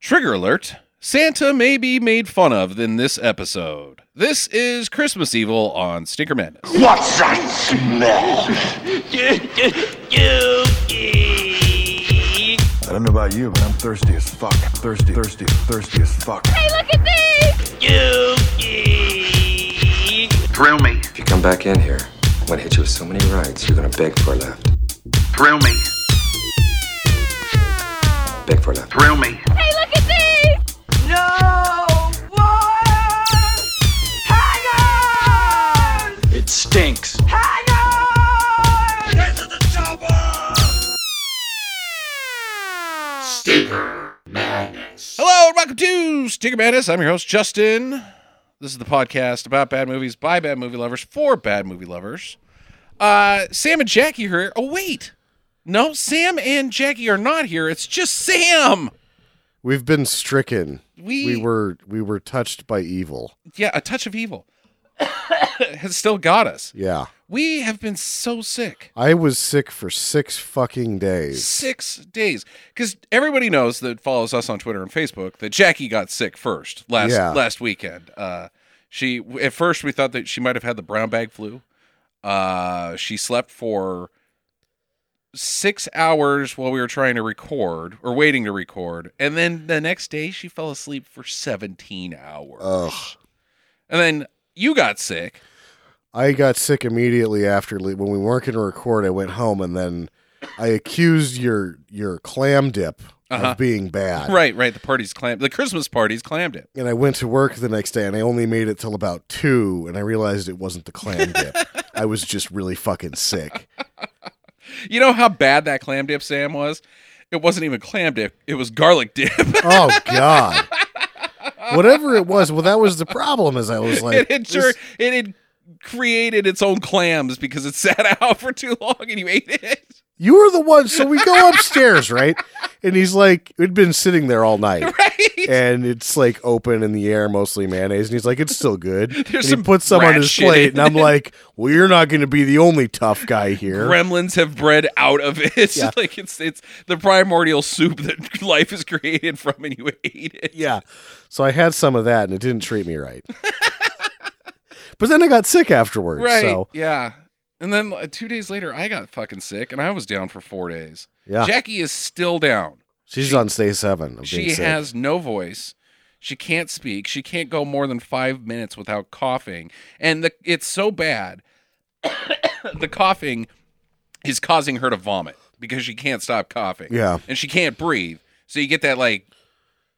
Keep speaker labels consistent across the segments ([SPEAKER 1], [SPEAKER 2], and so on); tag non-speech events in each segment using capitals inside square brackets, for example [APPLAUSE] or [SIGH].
[SPEAKER 1] Trigger alert Santa may be made fun of in this episode. This is Christmas Evil on Stinker Madness.
[SPEAKER 2] What's that smell?
[SPEAKER 3] I don't know about you, but I'm thirsty as fuck. Thirsty, thirsty, thirsty as fuck.
[SPEAKER 2] Thrill me,
[SPEAKER 4] If you come back in here, I'm gonna hit you with so many rights, you're gonna beg for a left.
[SPEAKER 2] thrill me,
[SPEAKER 4] Beg for a left.
[SPEAKER 2] thrill me.
[SPEAKER 5] Hey, look at me!
[SPEAKER 6] It stinks.
[SPEAKER 5] [LAUGHS]
[SPEAKER 1] Hello and welcome to Stinker Madness. I'm your host, Justin. This is the podcast about bad movies by bad movie lovers for bad movie lovers. Uh, Sam and Jackie are here. Oh, wait. No, Sam and Jackie are not here. It's just Sam.
[SPEAKER 7] We've been stricken.
[SPEAKER 1] We-
[SPEAKER 7] we were we were touched by evil.
[SPEAKER 1] Yeah, a touch of evil [COUGHS] has still got us.
[SPEAKER 7] Yeah.
[SPEAKER 1] We have been so sick.
[SPEAKER 7] I was sick for 6 fucking days.
[SPEAKER 1] six days because everybody knows that follows us on twitter and facebook that jackie got sick first last
[SPEAKER 7] Yeah.
[SPEAKER 1] last weekend uh she at first we thought that she might have had the brown bag flu uh she slept for six hours while we were trying to record or waiting to record and then the next day she fell asleep for 17 hours
[SPEAKER 7] Ugh.
[SPEAKER 1] and then you got sick
[SPEAKER 7] I got sick immediately after le- when we weren't going to record. I went home and then I accused your your clam dip
[SPEAKER 1] Uh-huh.
[SPEAKER 7] of being bad.
[SPEAKER 1] right right the party's clammed the christmas party's clammed it
[SPEAKER 7] And I went to work the next day and I only made it till about 2 and I realized it wasn't the
[SPEAKER 1] [LAUGHS]
[SPEAKER 7] clam dip. I was just really fucking sick.
[SPEAKER 1] You know how bad that clam dip Sam was? It wasn't even clam dip, it was garlic dip. [LAUGHS]
[SPEAKER 7] Oh god. Whatever it was, well that was the problem is I was like
[SPEAKER 1] it had
[SPEAKER 7] this-
[SPEAKER 1] tur- it had created its own clams because it [LAUGHS] sat out for too long and you ate it. [LAUGHS]
[SPEAKER 7] You were the one. So we go upstairs, right? And he's like, it'd been sitting there all night.
[SPEAKER 1] [LAUGHS] Right?
[SPEAKER 7] And it's like open in the air, mostly mayonnaise. And he's like, it's
[SPEAKER 1] [LAUGHS]
[SPEAKER 7] still good. and he
[SPEAKER 1] some
[SPEAKER 7] puts some on
[SPEAKER 1] rat
[SPEAKER 7] his
[SPEAKER 1] shit
[SPEAKER 7] plate.
[SPEAKER 1] in
[SPEAKER 7] And I'm like, well, you're not going to be the only tough
[SPEAKER 1] [LAUGHS]
[SPEAKER 7] guy here.
[SPEAKER 1] Gremlins have bred out of it. [LAUGHS]
[SPEAKER 7] Yeah.
[SPEAKER 1] like it's it's the primordial soup that [LAUGHS] life is created from and you ate
[SPEAKER 7] [LAUGHS]
[SPEAKER 1] it.
[SPEAKER 7] yeah. So I had some of that and it didn't treat me right. [LAUGHS] but then I got sick afterwards.
[SPEAKER 1] Right.
[SPEAKER 7] So,
[SPEAKER 1] Yeah. And then uh, 2 days later I got fucking sick and I was down for 4 days.
[SPEAKER 7] yeah.
[SPEAKER 1] Jackie is still down.
[SPEAKER 7] she's on stay seven. Of
[SPEAKER 1] she
[SPEAKER 7] being sick.
[SPEAKER 1] has no voice she can't speak she can't go more than five minutes without coughing and the, it's so bad [COUGHS] the coughing is causing her to vomit because she can't stop coughing
[SPEAKER 7] Yeah.
[SPEAKER 1] and she can't breathe so you get that like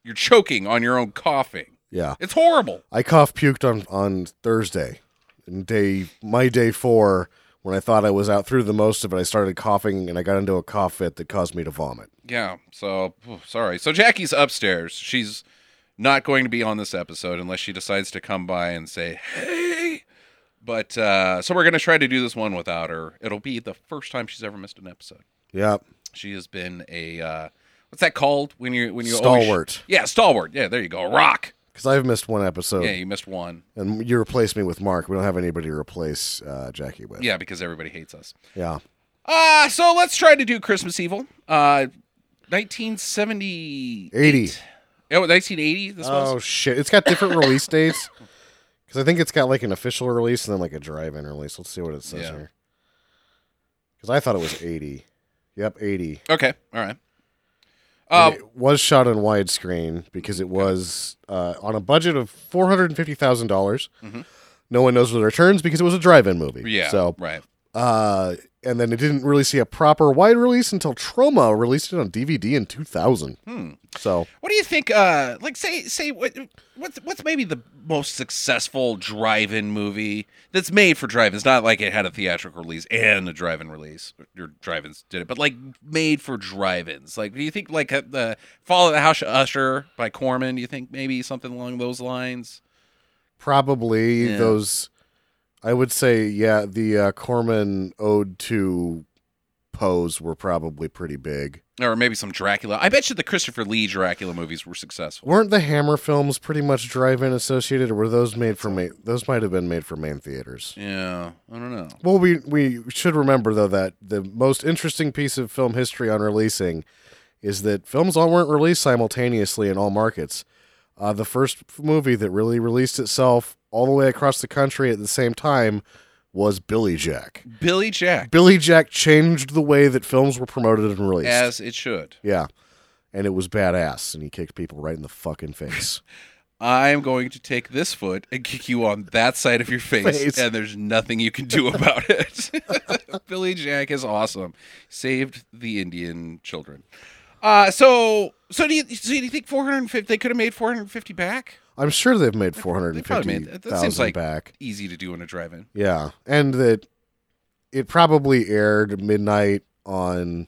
[SPEAKER 1] you're choking on your own coughing
[SPEAKER 7] Yeah.
[SPEAKER 1] it's horrible
[SPEAKER 7] I cough puked on on Thursday, and day my day four when I thought I was out through the most of it. I started coughing and I got into a cough fit that caused me to vomit.
[SPEAKER 1] yeah so phew, sorry so jackie's upstairs she's not going to be on this episode unless she decides to come by and say hey but uh so we're gonna try to do this one without her it'll be the first time she's ever missed an episode
[SPEAKER 7] Yep,
[SPEAKER 1] she has been a uh what's that called when you when you always-
[SPEAKER 7] stalwart.
[SPEAKER 1] yeah stalwart yeah there you go rock
[SPEAKER 7] Because I've missed one episode,
[SPEAKER 1] yeah you missed one
[SPEAKER 7] and you replaced me with Mark. We don't have anybody to replace uh, Jackie with.
[SPEAKER 1] yeah because everybody hates us
[SPEAKER 7] yeah.
[SPEAKER 1] uh so let's try to do christmas evil uh 1970
[SPEAKER 7] 80.
[SPEAKER 1] oh 1980 this
[SPEAKER 7] Oh
[SPEAKER 1] was
[SPEAKER 7] shit! It's got different release
[SPEAKER 1] [LAUGHS]
[SPEAKER 7] dates. Because I think it's got like an official release and then like a drive-in release. Let's see what it says
[SPEAKER 1] Yeah.
[SPEAKER 7] here. Because I thought it was eighty. Yep, eighty.
[SPEAKER 1] okay all right
[SPEAKER 7] And
[SPEAKER 1] uh,
[SPEAKER 7] it was shot on widescreen because it was uh, on a budget of four hundred and fifty thousand dollars.
[SPEAKER 1] Mhm.
[SPEAKER 7] No one knows what it returns because it was a drive-in movie.
[SPEAKER 1] yeah
[SPEAKER 7] So,
[SPEAKER 1] right
[SPEAKER 7] uh, and then it didn't really see a proper wide release until Trauma released it on DVD in two thousand.
[SPEAKER 1] hmm
[SPEAKER 7] So
[SPEAKER 1] What do you think? Uh, like, say, say what, what's what's maybe the most successful drive-in movie that's made for drive-ins? It's Not like it had a theatrical release and a drive-in release. Your drive-ins did it, but like made for drive-ins. Like, do you think like uh, the Fall of the House of Usher by Corman? Do you think maybe something along those lines?
[SPEAKER 7] probably
[SPEAKER 1] Yeah.
[SPEAKER 7] those, I would say, yeah, the uh, Corman ode to Pose were probably pretty big.
[SPEAKER 1] Or maybe some Dracula. I bet you the Christopher Lee Dracula movies were successful.
[SPEAKER 7] Weren't the Hammer films pretty much drive-in associated, or were those made for main? Those might have been made for main theaters.
[SPEAKER 1] Yeah, I don't know.
[SPEAKER 7] Well, we we should remember though that the most interesting piece of film history on releasing is that films all weren't released simultaneously in all markets. Uh, the first f- movie that really released itself all the way across the country at the same time was Billy Jack.
[SPEAKER 1] Billy Jack,
[SPEAKER 7] Billy Jack changed the way that films were promoted and released.
[SPEAKER 1] as it should.
[SPEAKER 7] yeah. And it was badass, and he kicked people right in the fucking face.
[SPEAKER 1] [LAUGHS] I'm going to take this foot and kick you on that side of your face,
[SPEAKER 7] Face.
[SPEAKER 1] and there's nothing you can do [LAUGHS] about it. Billy Jack is awesome. Saved the Indian children. Uh, so so do you so do you think 450 they could have made 450 back?
[SPEAKER 7] I'm sure they've made
[SPEAKER 1] They probably made that. That
[SPEAKER 7] 450,000
[SPEAKER 1] seems like
[SPEAKER 7] back.
[SPEAKER 1] easy to do in a drive-in.
[SPEAKER 7] Yeah, and that it probably aired midnight on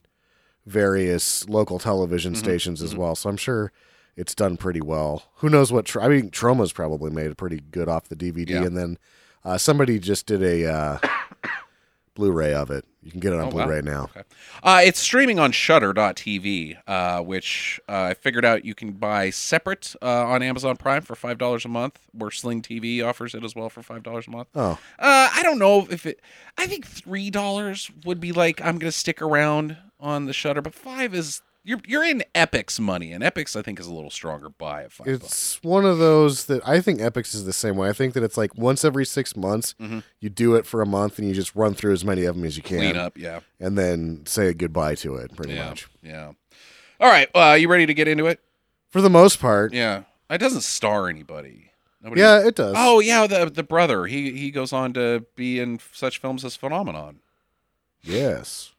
[SPEAKER 7] various local television
[SPEAKER 1] Mm-hmm.
[SPEAKER 7] stations as well. So I'm sure it's done pretty well. Who knows what? Tr- I mean, Troma's probably made pretty good off the DVD,
[SPEAKER 1] Yeah.
[SPEAKER 7] and then uh, somebody just did a uh, Blu-ray of it. You can get it on
[SPEAKER 1] Oh, wow.
[SPEAKER 7] Blu-ray now.
[SPEAKER 1] Uh, it's streaming on Shutter.tv, uh, which uh, I figured out you can buy separate uh, on Amazon Prime for five dollars a month. Where Sling TV offers it as well for five dollars a month.
[SPEAKER 7] Oh,
[SPEAKER 1] Uh, I don't know if it. I think three dollars would be like I'm gonna stick around on the Shutter, but five is you're you're in Epic's money, and Epic's I think is a little stronger buy at five. bucks.
[SPEAKER 7] it's one of those that I think Epics is the same way. I think that it's like once every six months, you do it for a month, and you just run through as many of them as you can.
[SPEAKER 1] Mm-hmm. clean up, yeah,
[SPEAKER 7] and then say goodbye to it pretty
[SPEAKER 1] yeah,
[SPEAKER 7] much
[SPEAKER 1] yeah. All right, uh, you ready to get into it?
[SPEAKER 7] for the most part yeah,
[SPEAKER 1] Yeah, it doesn't star anybody. Nobody
[SPEAKER 7] it does
[SPEAKER 1] Oh yeah, the the brother. He he goes on to be in such films as Phenomenon.
[SPEAKER 7] yes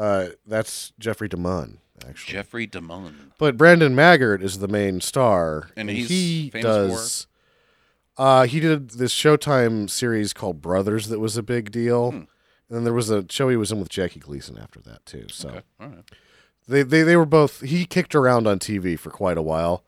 [SPEAKER 7] uh that's jeffrey demunn actually
[SPEAKER 1] Jeffrey DeMunn.
[SPEAKER 7] but brandon maggart is the main star
[SPEAKER 1] And he's
[SPEAKER 7] he
[SPEAKER 1] famous
[SPEAKER 7] does uh he did this showtime series called brothers that was a big
[SPEAKER 1] Hmm.
[SPEAKER 7] deal and then there was a show he was in with jackie gleason after that too so
[SPEAKER 1] All right.
[SPEAKER 7] they, they they were both he kicked around on TV for quite a while.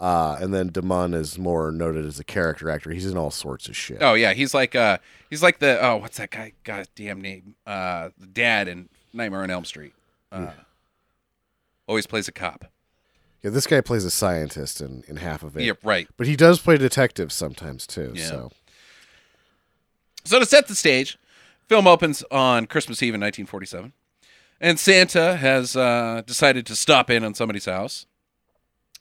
[SPEAKER 7] Uh, and then Damon is more noted as a character actor. He's in all sorts of shit.
[SPEAKER 1] Oh yeah, he's like uh he's like the oh what's that guy goddamn name uh the dad in Nightmare on Elm Street. Uh, Always plays a cop.
[SPEAKER 7] Yeah, this guy plays a scientist in, in half of it.
[SPEAKER 1] Yeah, right.
[SPEAKER 7] But he does play detectives sometimes too.
[SPEAKER 1] Yeah.
[SPEAKER 7] So
[SPEAKER 1] So to set the stage, film opens on Christmas Eve in 1947, and Santa has uh, decided to stop in on somebody's house.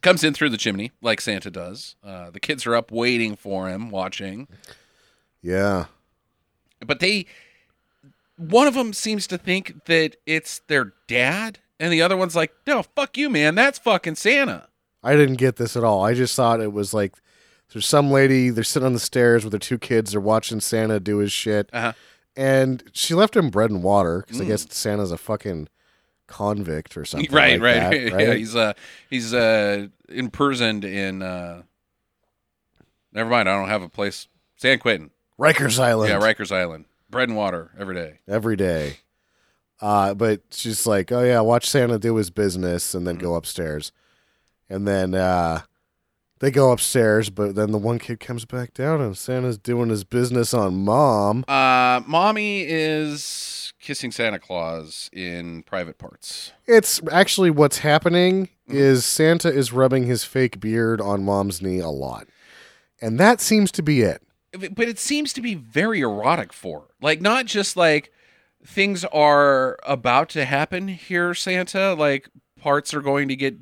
[SPEAKER 1] Comes in through the chimney like Santa does. Uh, the kids are up waiting for him, watching.
[SPEAKER 7] yeah.
[SPEAKER 1] but they one of them seems to think that it's their dad and the other one's like no fuck you man that's fucking santa
[SPEAKER 7] I didn't get this at all. I just thought it was like there's some lady, they're sitting on the stairs with their two kids, they're watching Santa do his shit.
[SPEAKER 1] Uh-huh. Mm.
[SPEAKER 7] And she left him bread and water because I guess Santa's a fucking convict or
[SPEAKER 1] [LAUGHS]
[SPEAKER 7] something.
[SPEAKER 1] right
[SPEAKER 7] like
[SPEAKER 1] right,
[SPEAKER 7] that,
[SPEAKER 1] right. yeah he's uh he's uh imprisoned in uh never mind i don't have a place san quentin
[SPEAKER 7] Rikers Island.
[SPEAKER 1] yeah rikers island bread and water every day
[SPEAKER 7] every day. Uh, but she's like, oh yeah, watch Santa do his business and then go
[SPEAKER 1] Mm-hmm.
[SPEAKER 7] upstairs. And then uh, they go upstairs, but then the one kid comes back down and Santa's doing his business on mom.
[SPEAKER 1] uh mommy is kissing santa claus in private parts
[SPEAKER 7] It's actually what's happening
[SPEAKER 1] Mm-hmm.
[SPEAKER 7] is Santa is rubbing his fake beard on mom's knee a lot. And that seems to be it.
[SPEAKER 1] but it seems to be very erotic for her. like not just like things are about to happen here santa like parts are going to get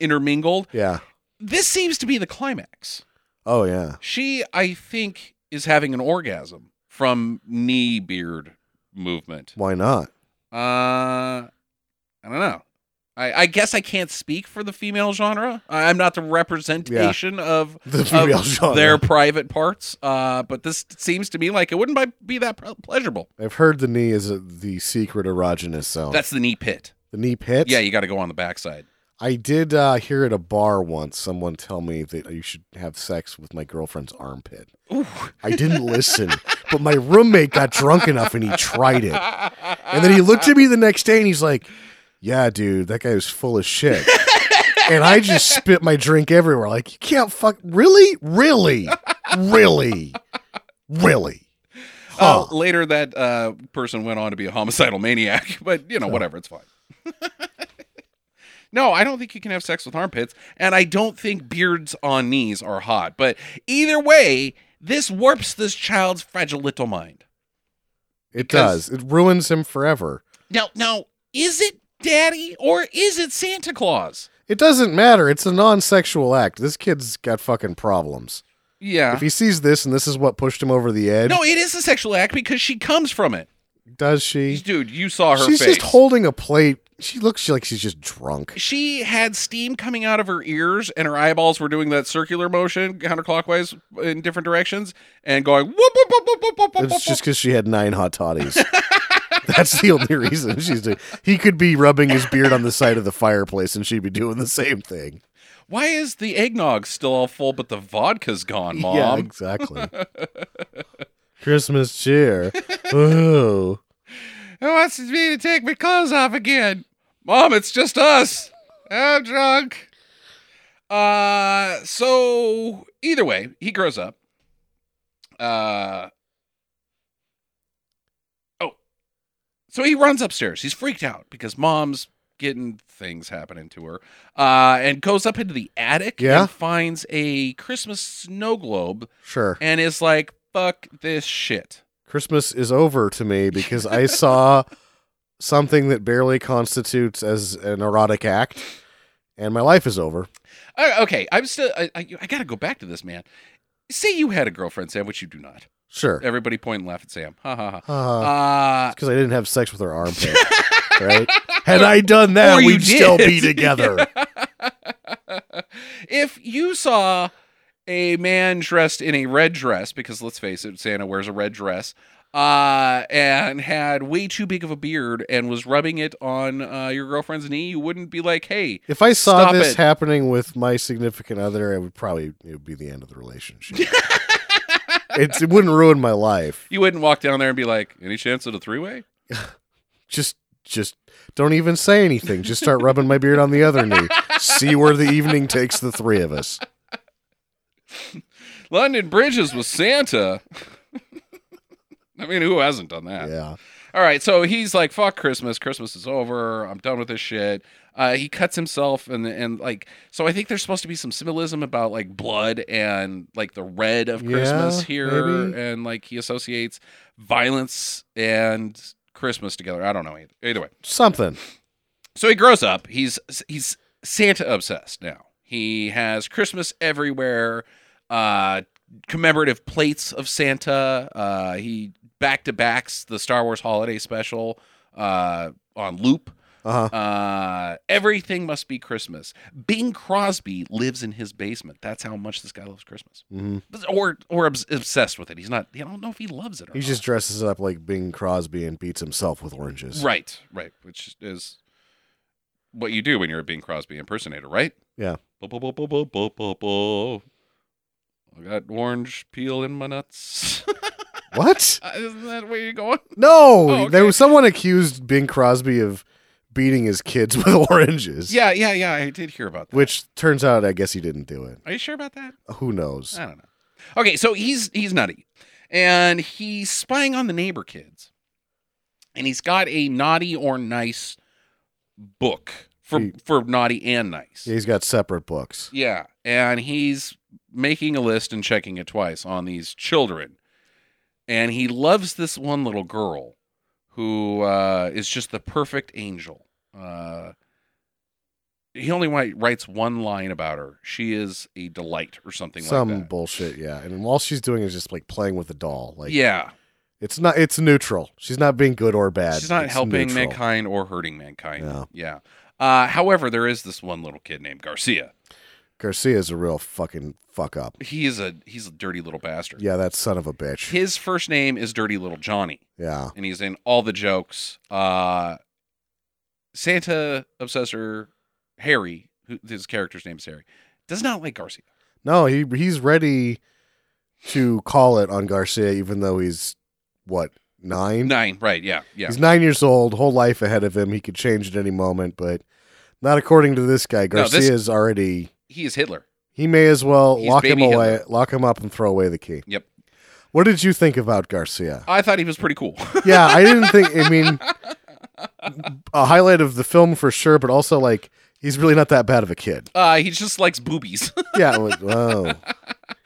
[SPEAKER 1] intermingled
[SPEAKER 7] Yeah.
[SPEAKER 1] this seems to be the climax
[SPEAKER 7] Oh yeah.
[SPEAKER 1] she i think is having an orgasm from knee beard movement
[SPEAKER 7] Why not? [LAUGHS]
[SPEAKER 1] uh i don't know I, I guess I can't speak for the female genre. I- I'm not the representation of
[SPEAKER 7] The
[SPEAKER 1] of
[SPEAKER 7] female genre.
[SPEAKER 1] their private parts. Uh, but this seems to me like it wouldn't bi- be that pl- pleasurable.
[SPEAKER 7] I've heard the knee is a, the secret erogenous zone.
[SPEAKER 1] That's the knee pit.
[SPEAKER 7] the knee pit.
[SPEAKER 1] Yeah, you got to go on the backside.
[SPEAKER 7] I did uh, hear at a bar once someone tell me that you should have sex with my girlfriend's armpit. I didn't listen, but my roommate got drunk enough and he tried it. And then he looked at me the next day and he's like, Yeah, dude, that guy was full of shit. and I just spit my drink everywhere. Like, you can't fuck. Really? Really? Really? Really? Huh.
[SPEAKER 1] Uh, later, that uh, person went on to be a homicidal maniac. [LAUGHS] But you know, whatever, it's fine. [LAUGHS] No, I don't think you can have sex with armpits, and I don't think beards on knees are hot. But either way, this warps this child's fragile little mind.
[SPEAKER 7] it
[SPEAKER 1] because-
[SPEAKER 7] does. It ruins him forever.
[SPEAKER 1] Now, now, is it daddy or is it Santa Claus?
[SPEAKER 7] It doesn't matter. It's a non-sexual act. This kid's got fucking problems.
[SPEAKER 1] Yeah.
[SPEAKER 7] If he sees this and this is what pushed him over the edge,
[SPEAKER 1] no, it is a sexual act because she comes from it.
[SPEAKER 7] does she?
[SPEAKER 1] Dude, you saw her
[SPEAKER 7] she's
[SPEAKER 1] face.
[SPEAKER 7] just holding a plate. She looks like she's just drunk.
[SPEAKER 1] she had steam coming out of her ears and her eyeballs were doing that circular motion counterclockwise in different directions and going whoop whoop whoop whoop whoop whoop whoop.
[SPEAKER 7] It's just because she had nine
[SPEAKER 1] [LAUGHS]
[SPEAKER 7] hot toddies. That's the only reason she's doing. He could be rubbing his beard on the side of the fireplace, and she'd be doing the same thing.
[SPEAKER 1] Why is the eggnog still all full but the vodka's gone, mom? [LAUGHS]
[SPEAKER 7] Yeah, exactly. Christmas cheer. Ooh.
[SPEAKER 1] Who wants me to take my clothes off again? Mom, it's just us. I'm drunk. Uh, so either way, he grows up. Uh, oh, so he runs upstairs. He's freaked out because mom's getting things happening to her. Uh, and goes up into the attic
[SPEAKER 7] Yeah.
[SPEAKER 1] and finds a Christmas snow globe
[SPEAKER 7] Sure.
[SPEAKER 1] and is like, "Fuck this shit."
[SPEAKER 7] Christmas is over to me because I saw something that barely constitutes as an erotic act, and my life is over.
[SPEAKER 1] Uh, okay, I'm still. I, I, I got to go back to this, man. Say you had a girlfriend, Sam, which you do not.
[SPEAKER 7] Sure.
[SPEAKER 1] Everybody point and laugh at Sam. Ha ha ha.
[SPEAKER 7] Because
[SPEAKER 1] Uh,
[SPEAKER 7] I didn't have sex with
[SPEAKER 1] [LAUGHS]
[SPEAKER 7] her armpit, right? Had I done that,
[SPEAKER 1] Or you
[SPEAKER 7] we'd still
[SPEAKER 1] did. [LAUGHS]
[SPEAKER 7] be together.
[SPEAKER 1] Uh, if you saw a man dressed in a red dress, because let's face it, Santa wears a red dress, uh, and had way too big of a beard and was rubbing it on uh, your girlfriend's knee, you wouldn't be like, hey,
[SPEAKER 7] If I saw
[SPEAKER 1] Stop
[SPEAKER 7] this
[SPEAKER 1] it.
[SPEAKER 7] happening with my significant other, it would probably it would be the end of the relationship.
[SPEAKER 1] [LAUGHS]
[SPEAKER 7] it, it wouldn't ruin my life.
[SPEAKER 1] you wouldn't walk down there and be like, any chance at a three way?
[SPEAKER 7] Just just don't even say anything. Just start rubbing my beard on the other knee. See where the evening takes the three of us.
[SPEAKER 1] London Bridges with Santa. [LAUGHS] I mean, who hasn't done that?
[SPEAKER 7] Yeah.
[SPEAKER 1] All right, so he's like, "Fuck Christmas! Christmas is over. I'm done with this shit." Uh, he cuts himself, and and like, so I think there's supposed to be some symbolism about like blood and like the red of
[SPEAKER 7] Yeah,
[SPEAKER 1] Christmas here,
[SPEAKER 7] maybe.
[SPEAKER 1] and like he associates violence and Christmas together. I don't know either. Either way,
[SPEAKER 7] Something.
[SPEAKER 1] so he grows up. He's he's Santa obsessed now. He has Christmas everywhere. Uh, commemorative plates of Santa. Uh, he back to backs the Star Wars holiday special uh, on loop.
[SPEAKER 7] Uh-huh.
[SPEAKER 1] Uh, everything must be Christmas. Bing Crosby lives in his basement. That's how much this guy loves Christmas,
[SPEAKER 7] Mhm.
[SPEAKER 1] or or obs- obsessed with it. He's not. I don't know if he loves it. Or
[SPEAKER 7] He
[SPEAKER 1] not.
[SPEAKER 7] just dresses up like Bing Crosby and beats himself with oranges.
[SPEAKER 1] Right, right, which is what you do when you're a Bing Crosby impersonator, right?
[SPEAKER 7] Yeah.
[SPEAKER 1] Bo- bo- bo- bo- bo- bo- bo- bo. I got orange peel in my nuts. [LAUGHS]
[SPEAKER 7] What?
[SPEAKER 1] Uh, Isn't that where you're going?
[SPEAKER 7] No.
[SPEAKER 1] Oh, okay.
[SPEAKER 7] There was someone accused Bing Crosby of beating his kids [LAUGHS] with oranges.
[SPEAKER 1] Yeah, yeah, yeah. I did hear about that.
[SPEAKER 7] Which turns out I guess he didn't do it.
[SPEAKER 1] Are you sure about that?
[SPEAKER 7] Who knows?
[SPEAKER 1] I don't know. Okay, so he's he's nutty, and he's spying on the neighbor kids, and he's got a naughty or nice book for
[SPEAKER 7] He-
[SPEAKER 1] for naughty and nice.
[SPEAKER 7] Yeah, he's got separate books.
[SPEAKER 1] Yeah, and he's making a list and checking it twice on these children. And he loves this one little girl who uh, is just the perfect angel. Uh, he only wi- writes one line about her. She is a delight or something
[SPEAKER 7] Some
[SPEAKER 1] like that.
[SPEAKER 7] bullshit, yeah. And all she's doing is just like playing with the doll. Like
[SPEAKER 1] yeah,
[SPEAKER 7] it's not it's neutral. She's not being good or bad.
[SPEAKER 1] she's not
[SPEAKER 7] It's
[SPEAKER 1] helping
[SPEAKER 7] neutral.
[SPEAKER 1] mankind or hurting mankind.
[SPEAKER 7] No.
[SPEAKER 1] Yeah. Uh, however, there is this one little kid named Garcia.
[SPEAKER 7] Garcia's a real fucking
[SPEAKER 1] [LAUGHS]
[SPEAKER 7] fuck up.
[SPEAKER 1] He is a he's a dirty little bastard.
[SPEAKER 7] Yeah, that son of a bitch.
[SPEAKER 1] His first name is Dirty Little Johnny.
[SPEAKER 7] Yeah.
[SPEAKER 1] and he's in all the jokes. Uh, Santa obsessor Harry, who his character's name is Harry, does not like Garcia.
[SPEAKER 7] No, he he's ready to call it on Garcia, even though he's what, nine?
[SPEAKER 1] Nine, right? Yeah, yeah.
[SPEAKER 7] He's nine years old, whole life ahead of him. He could change at any moment, but not according to this guy.
[SPEAKER 1] No, this-
[SPEAKER 7] Garcia's already
[SPEAKER 1] He is Hitler.
[SPEAKER 7] He may as well
[SPEAKER 1] He's
[SPEAKER 7] lock him
[SPEAKER 1] baby
[SPEAKER 7] away,
[SPEAKER 1] Hitler.
[SPEAKER 7] lock him up, and throw away the key.
[SPEAKER 1] Yep.
[SPEAKER 7] What did you think about Garcia?
[SPEAKER 1] I thought he was pretty cool. [LAUGHS]
[SPEAKER 7] yeah, I didn't think. I mean, a highlight of the film for sure, but also like he's really not that bad of a kid.
[SPEAKER 1] uh, he just likes
[SPEAKER 7] [LAUGHS]
[SPEAKER 1] boobies. [LAUGHS]
[SPEAKER 7] Yeah. it was- whoa.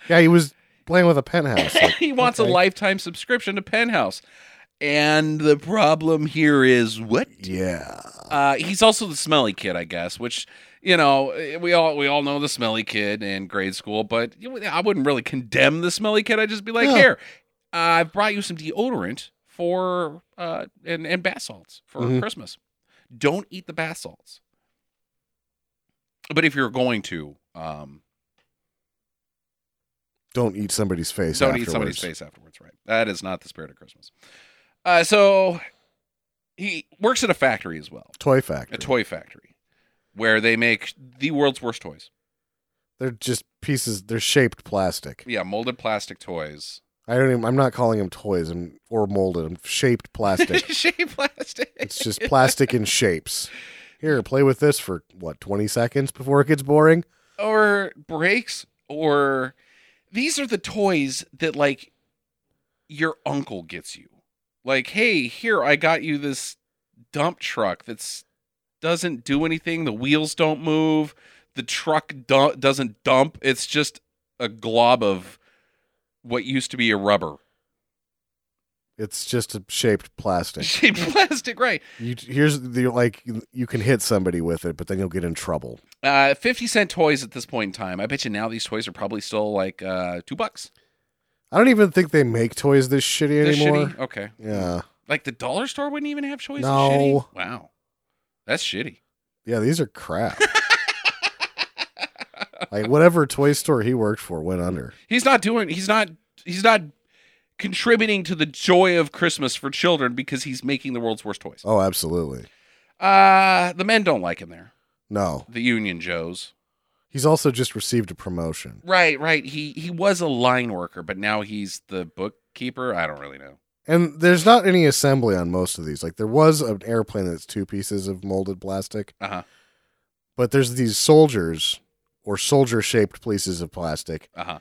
[SPEAKER 7] Yeah, he was playing with a penthouse. Like,
[SPEAKER 1] he wants
[SPEAKER 7] okay.
[SPEAKER 1] a lifetime subscription to Penthouse. And the problem here is what?
[SPEAKER 7] Yeah.
[SPEAKER 1] Uh, he's also the smelly kid, I guess, which you know eh, we all we all know the smelly kid in grade school, but you know, I wouldn't really condemn the smelly kid. I'd just be like,
[SPEAKER 7] No.
[SPEAKER 1] here, uh, I've brought you some deodorant for uh, and and bath salts for
[SPEAKER 7] Mhm.
[SPEAKER 1] Christmas. Don't eat the bath salts, but if you're going to, um,
[SPEAKER 7] Don't eat somebody's face.
[SPEAKER 1] don't
[SPEAKER 7] afterwards.
[SPEAKER 1] eat somebody's face afterwards, right? That is not the spirit of Christmas. Uh, so he works at a factory as well,
[SPEAKER 7] Toy factory.
[SPEAKER 1] a toy factory, where they make the world's worst toys.
[SPEAKER 7] They're just pieces. They're shaped plastic.
[SPEAKER 1] Yeah, molded plastic toys.
[SPEAKER 7] I don't even. I'm not calling them toys and or molded. I'm [LAUGHS]
[SPEAKER 1] [LAUGHS]
[SPEAKER 7] shaped plastic.
[SPEAKER 1] Shape plastic.
[SPEAKER 7] it's just plastic in shapes. Here, play with this for what 20 seconds before it gets boring.
[SPEAKER 1] [LAUGHS] or breaks or these are the toys that like your uncle gets you. Like, hey, here I got you this dump truck that's doesn't do anything. The wheels don't move. The truck du- doesn't dump. It's just a glob of what used to be a rubber
[SPEAKER 7] It's just a shaped
[SPEAKER 1] [LAUGHS]
[SPEAKER 7] plastic.
[SPEAKER 1] shaped plastic, right?
[SPEAKER 7] You here's the like you can hit somebody with it, but then you'll get in trouble.
[SPEAKER 1] Uh, 50 cent toys at this point in time. I bet you now these toys are probably still like uh, two bucks.
[SPEAKER 7] I don't even think they make toys this shitty
[SPEAKER 1] They're
[SPEAKER 7] anymore.
[SPEAKER 1] shitty. Okay.
[SPEAKER 7] Yeah,
[SPEAKER 1] Like the dollar store wouldn't even have choices.
[SPEAKER 7] No.
[SPEAKER 1] Shitty? Wow. That's shitty.
[SPEAKER 7] yeah, these are crap. like whatever toy store he worked for went under.
[SPEAKER 1] He's not doing he's not he's not contributing to the joy of Christmas for children because he's making the world's worst toys.
[SPEAKER 7] Oh, absolutely.
[SPEAKER 1] Uh the men don't like him there.
[SPEAKER 7] No,
[SPEAKER 1] The union joes.
[SPEAKER 7] he's also just received a promotion,
[SPEAKER 1] Right, right. He he was a line worker, but now he's the bookkeeper. I don't really know.
[SPEAKER 7] and there's not any assembly on most of these. Like there was an airplane that's two pieces of molded plastic,
[SPEAKER 1] Uh-huh.
[SPEAKER 7] but there's these soldiers or soldier-shaped pieces of plastic.
[SPEAKER 1] Uh-huh.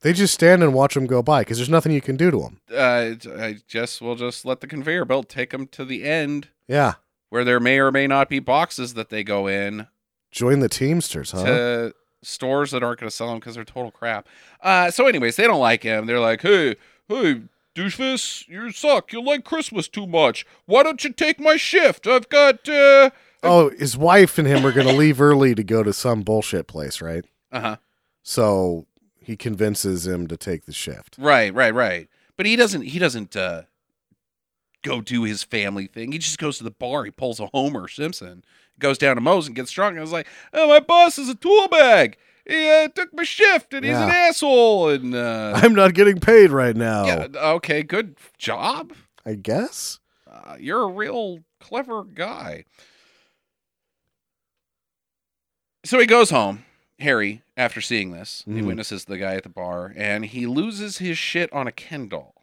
[SPEAKER 7] They just stand and watch them go by because there's nothing you can do to them.
[SPEAKER 1] Uh I guess we'll just let the conveyor belt take him to the end
[SPEAKER 7] Yeah.
[SPEAKER 1] where there may or may not be boxes that they go in.
[SPEAKER 7] Join the Teamsters, huh?
[SPEAKER 1] to stores that aren't going to sell them because they're total crap. Uh, so, anyways, they don't like him. They're like, hey, hey, douchefist, you suck. You like Christmas too much. Why don't you take my shift? I've got. Uh
[SPEAKER 7] oh, his wife and him are going to leave early to go to some bullshit place, right?
[SPEAKER 1] huh.
[SPEAKER 7] So he convinces him to take the shift.
[SPEAKER 1] Right, right, right. But he doesn't. He doesn't. uh Go do his family thing. He just goes to the bar. He pulls a Homer Simpson, goes down to Moe's and gets drunk. And I was like, "Oh, my boss is a tool bag. He uh, took my shift, and he's an
[SPEAKER 7] Yeah.
[SPEAKER 1] asshole." And
[SPEAKER 7] [LAUGHS]
[SPEAKER 1] uh,
[SPEAKER 7] I'm not getting paid right now.
[SPEAKER 1] yeah, uh, okay, good job.
[SPEAKER 7] I guess.
[SPEAKER 1] Uh, you're a real clever guy. So he goes home, Harry, after seeing this. He
[SPEAKER 7] Mhm.
[SPEAKER 1] witnesses the guy at the bar and he loses his shit on a Ken doll.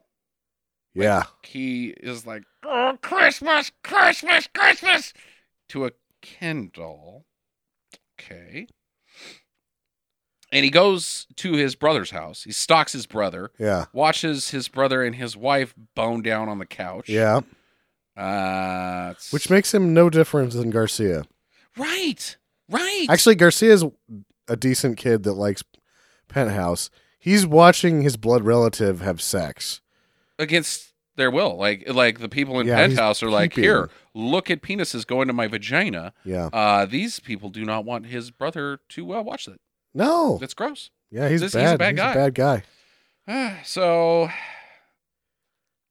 [SPEAKER 7] yeah.
[SPEAKER 1] He is like, oh, Christmas, Christmas, Christmas to a Ken doll. Okay. And he goes to his brother's house. He stalks his brother,
[SPEAKER 7] Yeah.
[SPEAKER 1] watches his brother and his wife bone down on the couch.
[SPEAKER 7] Yeah.
[SPEAKER 1] Uh, it's-
[SPEAKER 7] Which makes him no different than Garcia.
[SPEAKER 1] right, right.
[SPEAKER 7] Actually, Garcia's a decent kid that likes Penthouse. He's watching his blood relative have sex.
[SPEAKER 1] against their will, like like the people in
[SPEAKER 7] Yeah, he's
[SPEAKER 1] penthouse are like,
[SPEAKER 7] peeping.
[SPEAKER 1] here, look at penises going to my vagina.
[SPEAKER 7] Yeah.
[SPEAKER 1] Uh, these people do not want his brother to uh, watch that.
[SPEAKER 7] No.
[SPEAKER 1] That's gross. [SIGHS]
[SPEAKER 7] Yeah, he's
[SPEAKER 1] this-
[SPEAKER 7] bad. He's a bad guy.
[SPEAKER 1] Ah, so,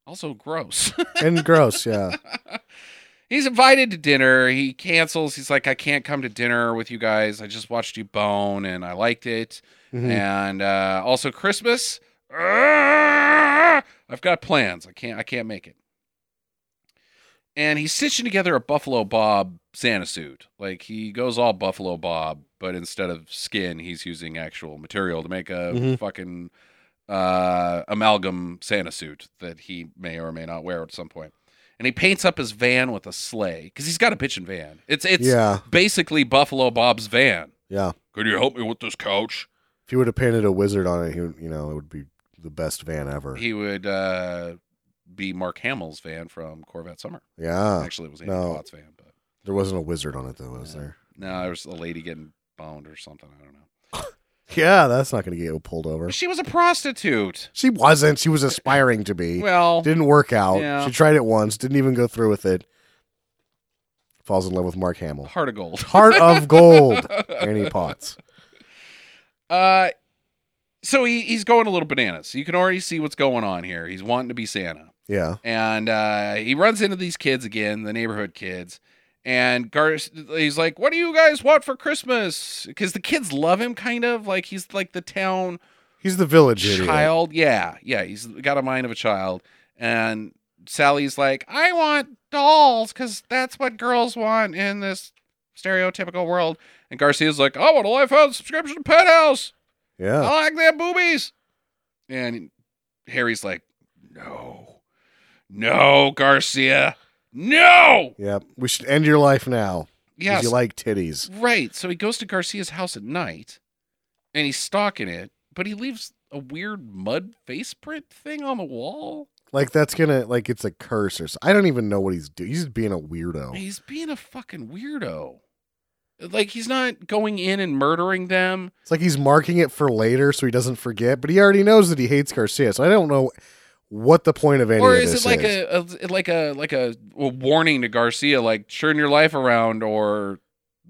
[SPEAKER 1] also gross. [LAUGHS]
[SPEAKER 7] And gross, yeah.
[SPEAKER 1] He's invited to dinner. He cancels. He's like, I can't come to dinner with you guys. I just watched you bone and I liked it.
[SPEAKER 7] Mhm.
[SPEAKER 1] And uh, also Christmas. Ah, I've got plans. I can't I can't make it. And he's stitching together a Buffalo Bob Santa suit. Like he goes all Buffalo Bob, but instead of skin, he's using actual material to make a
[SPEAKER 7] Mhm.
[SPEAKER 1] fucking uh, amalgam Santa suit that he may or may not wear at some point. And he paints up his van with a sleigh because he's got a bitchin' van. It's it's
[SPEAKER 7] Yeah.
[SPEAKER 1] basically Buffalo Bob's van.
[SPEAKER 7] Yeah.
[SPEAKER 1] Could you help me with this couch?
[SPEAKER 7] If you would have painted a wizard on it, he, would- you know, it would be the best van ever.
[SPEAKER 1] He would uh, be Mark Hamill's van from Corvette Summer.
[SPEAKER 7] yeah.
[SPEAKER 1] Actually, it was Andy
[SPEAKER 7] Oh. no.
[SPEAKER 1] Potts' van, but
[SPEAKER 7] There wasn't a wizard on it though, was there?
[SPEAKER 1] no, there was a lady getting boned or something. I don't know.
[SPEAKER 7] Yeah, that's not going to get you pulled over.
[SPEAKER 1] She was a prostitute.
[SPEAKER 7] She wasn't. She was aspiring to be.
[SPEAKER 1] Well,
[SPEAKER 7] didn't work out.
[SPEAKER 1] Yeah.
[SPEAKER 7] She tried it once. Didn't even go through with it. Falls in love with Mark Hamill.
[SPEAKER 1] heart of gold.
[SPEAKER 7] Heart of
[SPEAKER 1] [LAUGHS]
[SPEAKER 7] gold. Annie Potts.
[SPEAKER 1] Uh, so he, he's going a little bananas. You can already see what's going on here. He's wanting to be Santa.
[SPEAKER 7] Yeah.
[SPEAKER 1] and uh, he runs into these kids again, the neighborhood kids. And Gar, he's like, "What do you guys want for Christmas?" Because the kids love him, kind of like he's like the town
[SPEAKER 7] He's the village idiot.
[SPEAKER 1] child. Yeah, yeah, he's got a mind of a child. And Sally's like, "I want dolls because that's what girls want in this stereotypical world." And Garcia's like, "I want a lifetime subscription to Penthouse.
[SPEAKER 7] Yeah.
[SPEAKER 1] I like them boobies. And Harry's like, no, no, Garcia, no.
[SPEAKER 7] Yeah. We should end your life now. 'cause
[SPEAKER 1] Yes,
[SPEAKER 7] You like titties.
[SPEAKER 1] right. So he goes to Garcia's house at night, and he's stalking it, but he leaves a weird mud face print thing on the wall.
[SPEAKER 7] Like that's gonna like it's a curse or so. I don't even know what he's doing. He's just being a weirdo.
[SPEAKER 1] He's being a fucking weirdo. Like he's not going in and murdering them.
[SPEAKER 7] It's like he's marking it for later so he doesn't forget, but he already knows that he hates Garcia. So I don't know what the point of any
[SPEAKER 1] or
[SPEAKER 7] of
[SPEAKER 1] is
[SPEAKER 7] this
[SPEAKER 1] it like
[SPEAKER 7] is.
[SPEAKER 1] a, a like a like a, a warning to Garcia, like turn your life around, or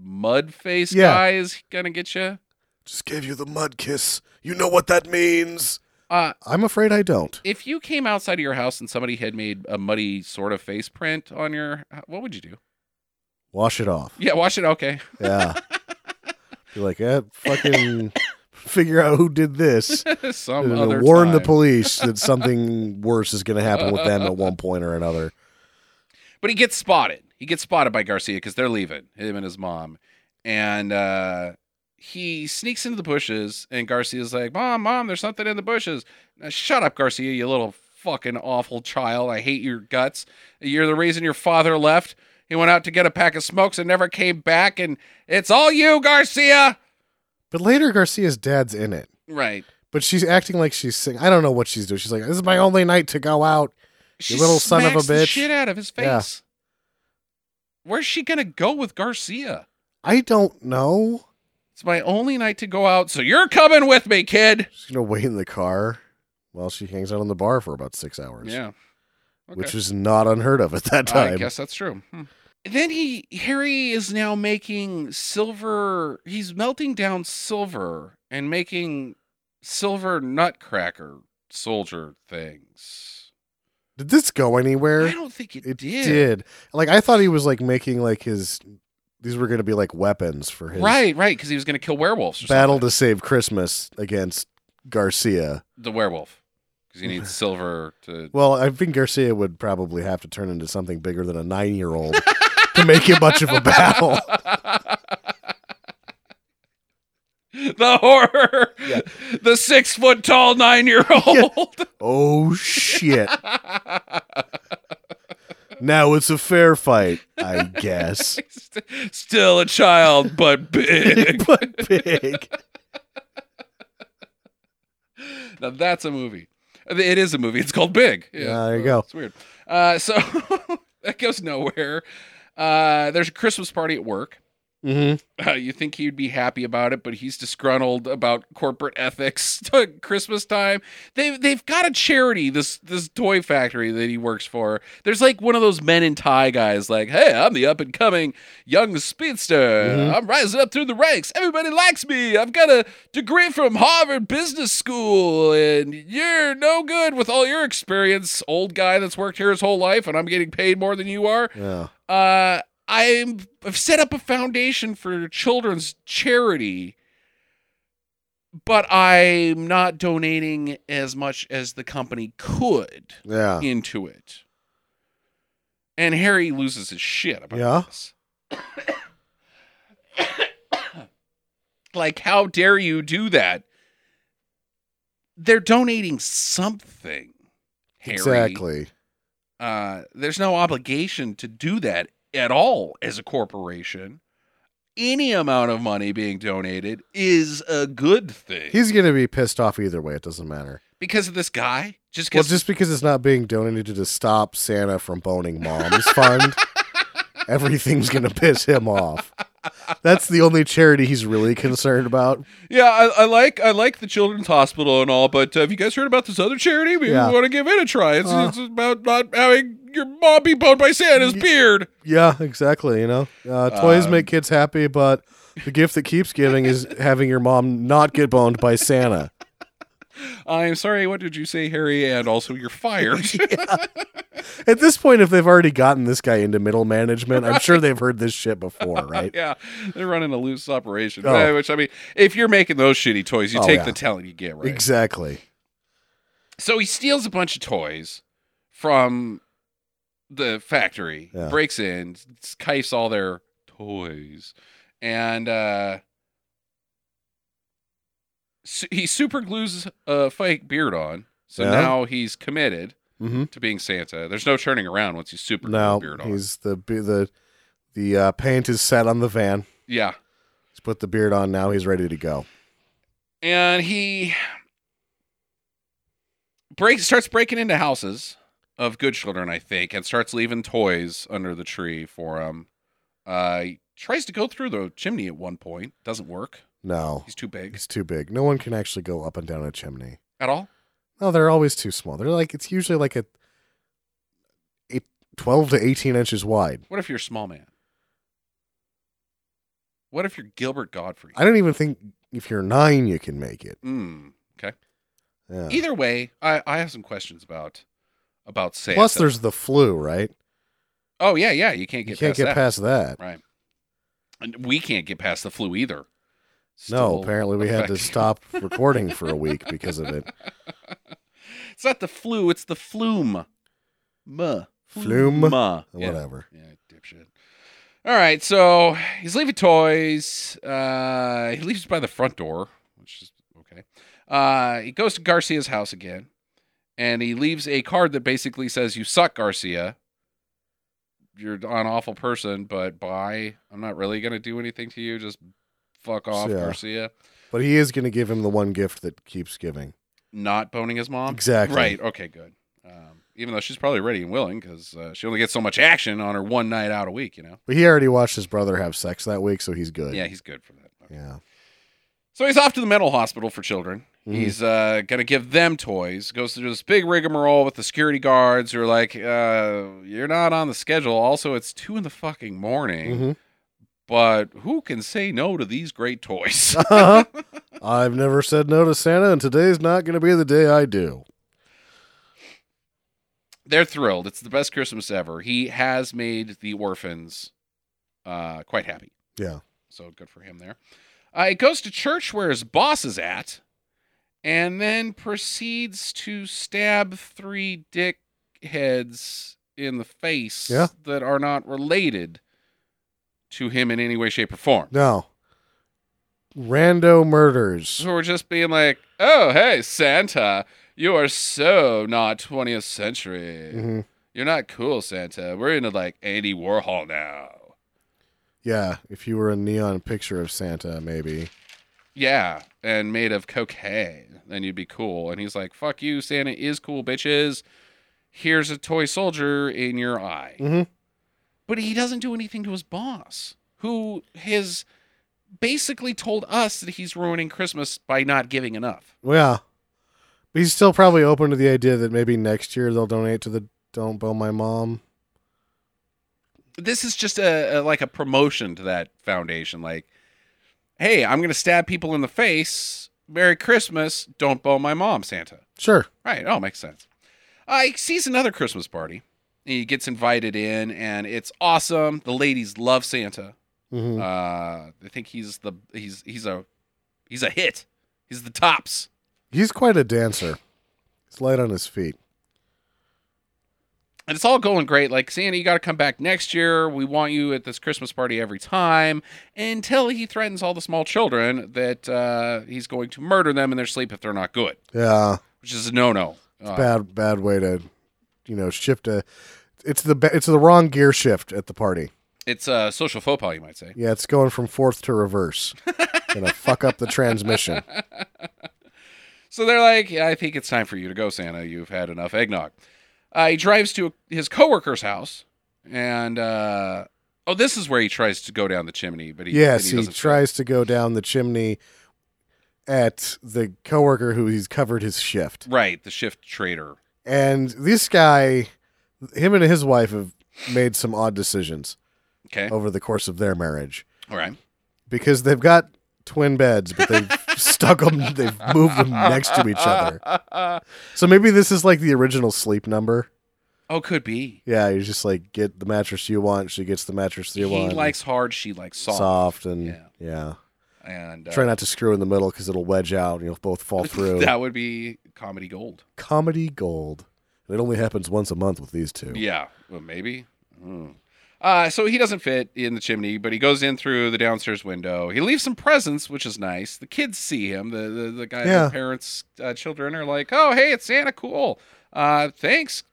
[SPEAKER 1] mud face
[SPEAKER 7] Yeah.
[SPEAKER 1] guy is gonna get you?
[SPEAKER 7] Just gave you the mud kiss. You know what that means.
[SPEAKER 1] Uh,
[SPEAKER 7] I'm afraid I don't.
[SPEAKER 1] if you came outside of your house and somebody had made a muddy sort of face print on your, what would you do?
[SPEAKER 7] Wash it off.
[SPEAKER 1] Yeah, wash it. Okay, [LAUGHS]
[SPEAKER 7] Yeah. Be like, eh, fucking figure out who did this.
[SPEAKER 1] some
[SPEAKER 7] And
[SPEAKER 1] other
[SPEAKER 7] Uh, warn the
[SPEAKER 1] time. [LAUGHS]
[SPEAKER 7] police that something worse is going to happen with them at one point or another.
[SPEAKER 1] But he gets spotted. He gets spotted by Garcia because they're leaving him and his mom, and uh, he sneaks into the bushes. And Garcia's like, "Mom, mom, there's something in the bushes." Now, shut up, Garcia, you little fucking awful child. I hate your guts. You're the reason your father left. He went out to get a pack of smokes and never came back. And it's all you, Garcia.
[SPEAKER 7] But later, Garcia's dad's in it.
[SPEAKER 1] Right.
[SPEAKER 7] But she's acting like she's singing. I don't know what she's doing. She's like, this is my only night to go out. You little son of a
[SPEAKER 1] smacks the
[SPEAKER 7] bitch.
[SPEAKER 1] shit out of his face.
[SPEAKER 7] Yeah.
[SPEAKER 1] Where's she gonna go with Garcia?
[SPEAKER 7] I don't know.
[SPEAKER 1] It's my only night to go out, so you're coming with me, kid.
[SPEAKER 7] She's going to wait in the car while she hangs out on the bar for about six hours,
[SPEAKER 1] Yeah. Okay.
[SPEAKER 7] which was not unheard of at that time.
[SPEAKER 1] I guess that's true. Hmm. Then he Harry is now making silver. He's melting down silver and making silver nutcracker soldier things.
[SPEAKER 7] Did this go anywhere?
[SPEAKER 1] I don't think it,
[SPEAKER 7] It
[SPEAKER 1] did.
[SPEAKER 7] did. Like I thought he was like making like his these were going to be like weapons for his
[SPEAKER 1] Right, right, because he was going to kill werewolves. Or
[SPEAKER 7] battle
[SPEAKER 1] something.
[SPEAKER 7] to save Christmas against Garcia.
[SPEAKER 1] the werewolf because he
[SPEAKER 7] [LAUGHS]
[SPEAKER 1] needs silver to.
[SPEAKER 7] Well, I think Garcia would probably have to turn into something bigger than a 9-year-old [LAUGHS] to make it much of a battle.
[SPEAKER 1] [LAUGHS] the horror. The six foot tall nine year old.
[SPEAKER 7] [LAUGHS] Oh shit. Now it's a fair fight, I guess.
[SPEAKER 1] [LAUGHS] Still a child, but big.
[SPEAKER 7] [LAUGHS] but big.
[SPEAKER 1] now that's a movie. It is a movie. It's called Big.
[SPEAKER 7] Yeah, there you go.
[SPEAKER 1] It's weird. Uh, so [LAUGHS] that goes nowhere. Uh, there's a Christmas party at work.
[SPEAKER 7] Mhm.
[SPEAKER 1] Uh, you think he'd be happy about it, but he's disgruntled about corporate ethics. [LAUGHS] to Christmas time, they they've got a charity this this toy factory that he works for. There's like one of those men in tie guys, like, "Hey, I'm the up and coming young speedster. I'm rising up through the ranks. Everybody likes me. I've got a degree from Harvard Business School, and you're no good with all your experience, old guy that's worked here his whole life, and I'm getting paid more than you are."
[SPEAKER 7] Yeah.
[SPEAKER 1] uh, I'm, I've set up a foundation for children's charity, but I'm not donating as much as the company could
[SPEAKER 7] Yeah.
[SPEAKER 1] into it. And Harry loses his shit about
[SPEAKER 7] Yeah.
[SPEAKER 1] this. like, how dare you do that? They're donating something. Harry
[SPEAKER 7] Exactly.
[SPEAKER 1] uh, there's no obligation to do that at all as a corporation. Any amount of money being donated is a good thing
[SPEAKER 7] He's going to be pissed off either way, it doesn't matter.
[SPEAKER 1] because of this guy. Just
[SPEAKER 7] Well,
[SPEAKER 1] because
[SPEAKER 7] just because it's not being donated to stop Santa from boning mom's fund, everything's gonna piss him off. That's the only charity he's really concerned about.
[SPEAKER 1] Yeah, I, I like I like the children's hospital and all, but uh, have you guys heard about this other charity? Maybe
[SPEAKER 7] Yeah. Uh.
[SPEAKER 1] we want to give it a try. It's, it's about not having your mom be boned by Santa's beard.
[SPEAKER 7] Yeah, exactly. You know, uh, toys
[SPEAKER 1] Um,
[SPEAKER 7] make kids happy, but the gift that keeps
[SPEAKER 1] [LAUGHS]
[SPEAKER 7] giving is having your mom not get boned by Santa.
[SPEAKER 1] I'm sorry. What did you say, Harry? And also, you're
[SPEAKER 7] [LAUGHS]
[SPEAKER 1] fired. [LAUGHS]
[SPEAKER 7] At this point, if they've already gotten this guy into middle management, I'm sure they've heard this shit
[SPEAKER 1] [LAUGHS]
[SPEAKER 7] before, right?
[SPEAKER 1] yeah, they're running a loose operation.
[SPEAKER 7] Oh.
[SPEAKER 1] Eh, Which I mean, if you're making those shitty toys, you
[SPEAKER 7] Oh,
[SPEAKER 1] take
[SPEAKER 7] yeah.
[SPEAKER 1] the talent you get, right?
[SPEAKER 7] Exactly.
[SPEAKER 1] So he steals a bunch of toys from the factory,
[SPEAKER 7] Yeah.
[SPEAKER 1] breaks in, kites all their toys, and uh, su- he super glues a fake beard on. So
[SPEAKER 7] Yeah.
[SPEAKER 1] now he's committed
[SPEAKER 7] Mm-hmm.
[SPEAKER 1] to being Santa. There's no turning around once you super glue a
[SPEAKER 7] No,
[SPEAKER 1] beard on.
[SPEAKER 7] he's the be- the the uh, paint is set on the van.
[SPEAKER 1] Yeah.
[SPEAKER 7] He's put the beard on. Now he's ready to go.
[SPEAKER 1] and he breaks starts breaking into houses of good children i think and starts leaving toys under the tree for him uh he tries to go through the chimney at one point doesn't work
[SPEAKER 7] No,
[SPEAKER 1] he's too big
[SPEAKER 7] he's too big. No one can actually go up and down a chimney.
[SPEAKER 1] at all
[SPEAKER 7] No, they're always too small. They're like it's usually like a eight, 12 to 18 inches wide.
[SPEAKER 1] what if you're a small man what if you're gilbert godfrey
[SPEAKER 7] I don't even think if you're 9 you can make it.
[SPEAKER 1] mm, okay
[SPEAKER 7] Yeah.
[SPEAKER 1] either way i i have some questions about about Santa.
[SPEAKER 7] Plus there's the flu, right?
[SPEAKER 1] oh yeah yeah you can't get
[SPEAKER 7] You can't
[SPEAKER 1] past
[SPEAKER 7] get
[SPEAKER 1] that.
[SPEAKER 7] past that.
[SPEAKER 1] Right. And we can't get past the flu either.
[SPEAKER 7] no,
[SPEAKER 1] Still
[SPEAKER 7] apparently we had to
[SPEAKER 1] affecting- [LAUGHS]
[SPEAKER 7] stop recording for a week because of it.
[SPEAKER 1] It's not the flu, it's the flume. Muh.
[SPEAKER 7] Flume?
[SPEAKER 1] Muh. [LAUGHS] Yeah.
[SPEAKER 7] Whatever.
[SPEAKER 1] Yeah, dipshit. All right, so he's leaving toys. Uh, he leaves by the front door, which is okay. Uh, he goes to Garcia's house again, and he leaves a card that basically says, "You suck, Garcia. You're an awful person, but bye. I'm not really gonna do anything to you. Just fuck off,
[SPEAKER 7] Yeah.
[SPEAKER 1] Garcia."
[SPEAKER 7] But he is going to give him the one gift that keeps giving.
[SPEAKER 1] Not boning his mom.
[SPEAKER 7] Exactly.
[SPEAKER 1] Um, Right. Okay. Good. Um, even though she's probably ready and willing, because uh, she only gets so much action on her one night out a week. You know.
[SPEAKER 7] But he already watched his brother have sex that week, so he's good.
[SPEAKER 1] Yeah, he's good for that. Okay.
[SPEAKER 7] Yeah.
[SPEAKER 1] So he's off to the mental hospital for children.
[SPEAKER 7] Mhm.
[SPEAKER 1] He's uh, gonna give them toys. Goes through this big rigmarole with the security guards who are like, uh, "You're not on the schedule." Also, it's two in the fucking morning. [LAUGHS]
[SPEAKER 7] Mhm.
[SPEAKER 1] But who can say no to these great toys?
[SPEAKER 7] Uh-huh. I've never said no to Santa, and today's not going to be the day I do.
[SPEAKER 1] They're thrilled. It's the best Christmas ever. He has made the orphans uh, quite happy.
[SPEAKER 7] Yeah.
[SPEAKER 1] So good for him there. Uh, he goes to church where his boss is at, and then proceeds to stab three dick heads in the face
[SPEAKER 7] Yeah.
[SPEAKER 1] that are not related to him in any way, shape, or form.
[SPEAKER 7] No. Rando murders.
[SPEAKER 1] So we're just being like, oh, hey, Santa, you are so not 20th century.
[SPEAKER 7] hmm
[SPEAKER 1] You're not cool, Santa. We're into like Andy Warhol now.
[SPEAKER 7] Yeah. If you were a neon picture of Santa, maybe.
[SPEAKER 1] Yeah, and made of cocaine, then you'd be cool. And he's like, fuck you, Santa is cool, bitches. Here's a toy soldier in your eye.
[SPEAKER 7] Mhm.
[SPEAKER 1] But he doesn't do anything to his boss, who has basically told us that he's ruining Christmas by not giving enough.
[SPEAKER 7] Well, yeah. But he's still probably open to the idea that maybe next year they'll donate to the Don't Bone My Mom.
[SPEAKER 1] This is just a, a like a promotion to that foundation. Like, hey, I'm gonna stab people in the face. Merry Christmas. Don't bow my mom, Santa.
[SPEAKER 7] Sure.
[SPEAKER 1] Right. Oh, makes sense. Uh, he sees another Christmas party. He gets invited in, and it's awesome. The ladies love Santa.
[SPEAKER 7] hmm
[SPEAKER 1] Uh, I think he's the he's he's a he's a hit. He's the tops.
[SPEAKER 7] He's quite a dancer. He's light on his feet.
[SPEAKER 1] And it's all going great. Like Santa, you got to come back next year. We want you at this Christmas party every time. Until he threatens all the small children that uh, he's going to murder them in their sleep if they're not good,
[SPEAKER 7] Yeah.
[SPEAKER 1] which is a no-no. Uh,
[SPEAKER 7] bad bad way to you know shift a it's the ba- it's the wrong gear shift at the party
[SPEAKER 1] it's a social faux pas, you might say.
[SPEAKER 7] yeah it's going from fourth
[SPEAKER 1] [LAUGHS]
[SPEAKER 7] to reverse gonna fuck up the transmission
[SPEAKER 1] So they're like, yeah, I think it's time for you to go, Santa. You've had enough eggnog. Uh, he drives to his coworker's house, and uh, Oh, this is where he tries to go down the chimney, but [LAUGHS] he
[SPEAKER 7] yes,
[SPEAKER 1] and
[SPEAKER 7] he,
[SPEAKER 1] doesn't
[SPEAKER 7] tries to go down the chimney at the coworker who he's covered his shift.
[SPEAKER 1] Right, the shift trader.
[SPEAKER 7] And this guy, him and his wife have made some odd decisions
[SPEAKER 1] Okay,
[SPEAKER 7] over the course of their marriage
[SPEAKER 1] all right.
[SPEAKER 7] because they've got twin beds,
[SPEAKER 1] [LAUGHS]
[SPEAKER 7] but they've stuck them, they've moved them next to each other.
[SPEAKER 1] [LAUGHS]
[SPEAKER 7] So maybe this is like the original sleep number.
[SPEAKER 1] Oh, could be.
[SPEAKER 7] Yeah, you just like get the mattress you want. She gets the mattress you
[SPEAKER 1] he
[SPEAKER 7] want.
[SPEAKER 1] likes hard, she likes soft,
[SPEAKER 7] soft, and
[SPEAKER 1] Yeah.
[SPEAKER 7] yeah.
[SPEAKER 1] and uh,
[SPEAKER 7] Try not to screw in the middle because it'll wedge out and you'll
[SPEAKER 1] [LAUGHS]
[SPEAKER 7] both fall through.
[SPEAKER 1] that would be comedy gold.
[SPEAKER 7] Comedy gold. And It only happens once a month with these two.
[SPEAKER 1] Yeah, well, maybe. Hmm. Uh, so he doesn't fit in the chimney, but he goes in through the downstairs window. He leaves some presents, which is nice. The kids see him. The the, the guy,
[SPEAKER 7] Yeah.
[SPEAKER 1] the parents' uh, children are like, "Oh, hey, it's Santa. Cool. Uh, thanks.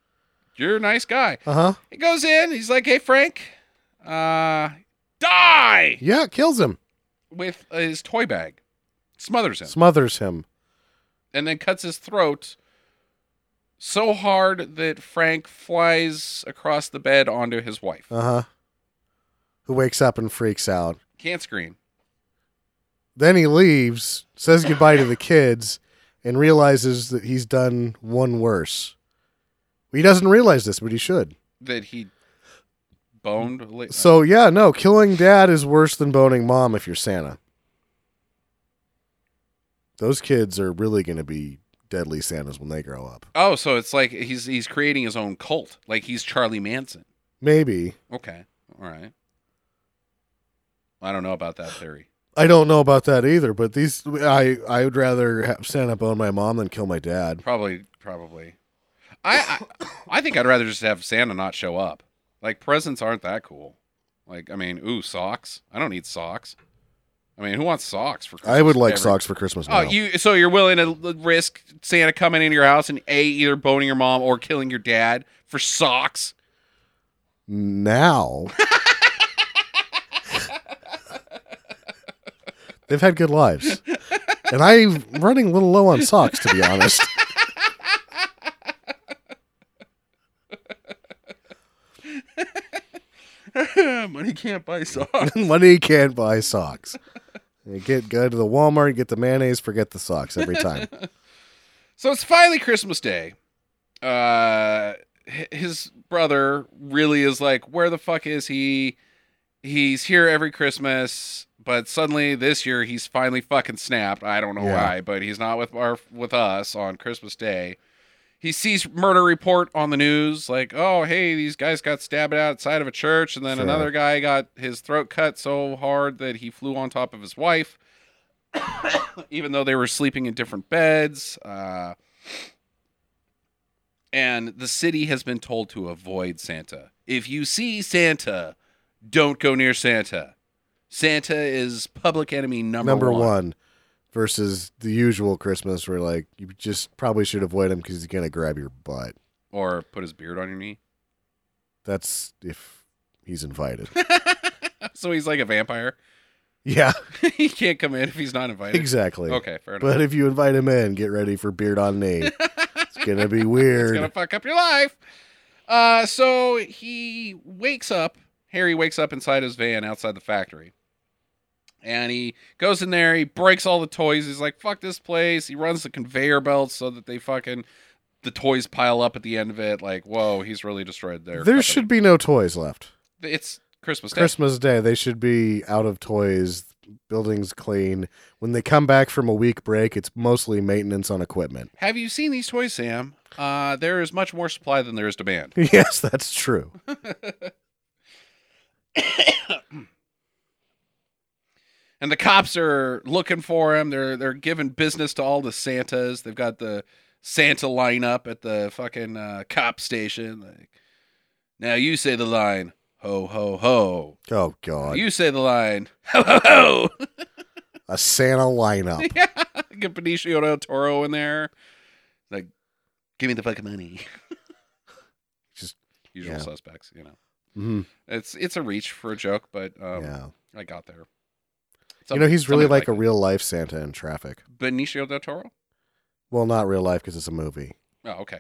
[SPEAKER 1] You're a nice guy."
[SPEAKER 7] Uh huh.
[SPEAKER 1] He goes in. He's like, "Hey, Frank, uh, die!"
[SPEAKER 7] Yeah, kills him,
[SPEAKER 1] With his toy bag, smothers him,
[SPEAKER 7] smothers him.
[SPEAKER 1] and then cuts his throat so hard that Frank flies across the bed onto his wife.
[SPEAKER 7] Uh huh. Who wakes up and freaks out.
[SPEAKER 1] Can't scream.
[SPEAKER 7] Then he leaves, says goodbye to the kids, and realizes that he's done one worse. He doesn't realize this, but he should.
[SPEAKER 1] that he boned. a la-
[SPEAKER 7] So yeah, no, killing dad is worse than boning mom if you're Santa. Those kids are really going to be deadly Santas when they grow up.
[SPEAKER 1] oh, so it's like he's he's creating his own cult, like he's Charlie Manson.
[SPEAKER 7] Maybe.
[SPEAKER 1] Okay, all right. I don't know about that theory.
[SPEAKER 7] I don't know about that either, but these I I would rather have Santa bone my mom than kill my dad.
[SPEAKER 1] Probably, probably. I I, I think I'd rather just have Santa not show up. Like presents aren't that cool. Like I mean, ooh, socks. I don't need socks. I mean, who wants socks for? Christmas?
[SPEAKER 7] I would like
[SPEAKER 1] Every-
[SPEAKER 7] socks for Christmas now.
[SPEAKER 1] Oh, you so you're willing to l- risk Santa coming into your house and a either boning your mom or killing your dad for socks?
[SPEAKER 7] now. They've had good lives. And I'm running a little low on socks, to be honest. [LAUGHS]
[SPEAKER 1] Money can't buy socks.
[SPEAKER 7] Money can't buy socks. You get go to the Walmart, get the mayonnaise, forget the socks every time.
[SPEAKER 1] [LAUGHS] So it's finally Christmas Day. Uh, h- his brother really is like, where the fuck is he? He's here every Christmas, but suddenly this year he's finally fucking snapped. I don't know
[SPEAKER 7] Yeah.
[SPEAKER 1] why, but he's not with our with us on Christmas Day. He sees murder report on the news, like, oh hey, these guys got stabbed outside of a church, and then
[SPEAKER 7] Sure.
[SPEAKER 1] another guy got his throat cut so hard that he flew on top of his wife. [COUGHS] even though they were sleeping in different beds. Uh, and the city has been told to avoid Santa. If you see Santa, don't go near Santa. Santa is public enemy [LAUGHS] number,
[SPEAKER 7] Number
[SPEAKER 1] one.
[SPEAKER 7] one versus the usual Christmas where like you just probably should avoid him because he's gonna grab your butt.
[SPEAKER 1] Or put his beard on your knee. [LAUGHS]
[SPEAKER 7] That's if he's invited. [LAUGHS]
[SPEAKER 1] So he's like a vampire. [LAUGHS]
[SPEAKER 7] yeah,
[SPEAKER 1] he can't come in if he's not invited.
[SPEAKER 7] exactly.
[SPEAKER 1] Okay, fair enough.
[SPEAKER 7] But if you invite him in, get ready for beard on knee.
[SPEAKER 1] [LAUGHS]
[SPEAKER 7] it's gonna be weird.
[SPEAKER 1] It's gonna fuck up your life. Uh, so he wakes up. Harry wakes up inside his van outside the factory, and he goes in there. He breaks all the toys. He's like, "Fuck this place!" He runs the conveyor belt so that they fucking the toys pile up at the end of it. Like, whoa, he's really destroyed their.
[SPEAKER 7] there should be no toys left.
[SPEAKER 1] be. It's Christmas Day.
[SPEAKER 7] Christmas Day, they should be out of toys, buildings clean. When they come back from a week break, it's mostly maintenance on equipment.
[SPEAKER 1] [LAUGHS] Have you seen these toys, Sam? Uh, there is much more supply than there is demand.
[SPEAKER 7] Yes, that's true.
[SPEAKER 1] and the cops are looking for him. They're they're giving business to all the Santas. They've got the Santa lineup at the fucking uh, cop station. Like, now you say the line, ho ho ho.
[SPEAKER 7] Oh God,
[SPEAKER 1] You say the line, [LAUGHS] ho ho ho. [LAUGHS]
[SPEAKER 7] a Santa lineup.
[SPEAKER 1] yeah, get Benicio del Toro in there. Like, give me the fucking money.
[SPEAKER 7] [LAUGHS] Just-
[SPEAKER 1] usual
[SPEAKER 7] yeah.
[SPEAKER 1] suspects, you know.
[SPEAKER 7] Mhm,
[SPEAKER 1] It's it's a reach for a joke, but um,
[SPEAKER 7] yeah,
[SPEAKER 1] I got there.
[SPEAKER 7] you know he's really
[SPEAKER 1] Somebody
[SPEAKER 7] like a
[SPEAKER 1] liked
[SPEAKER 7] real life Santa in traffic.
[SPEAKER 1] it. Benicio del Toro.
[SPEAKER 7] Well, not real life because it's a movie.
[SPEAKER 1] Oh, okay.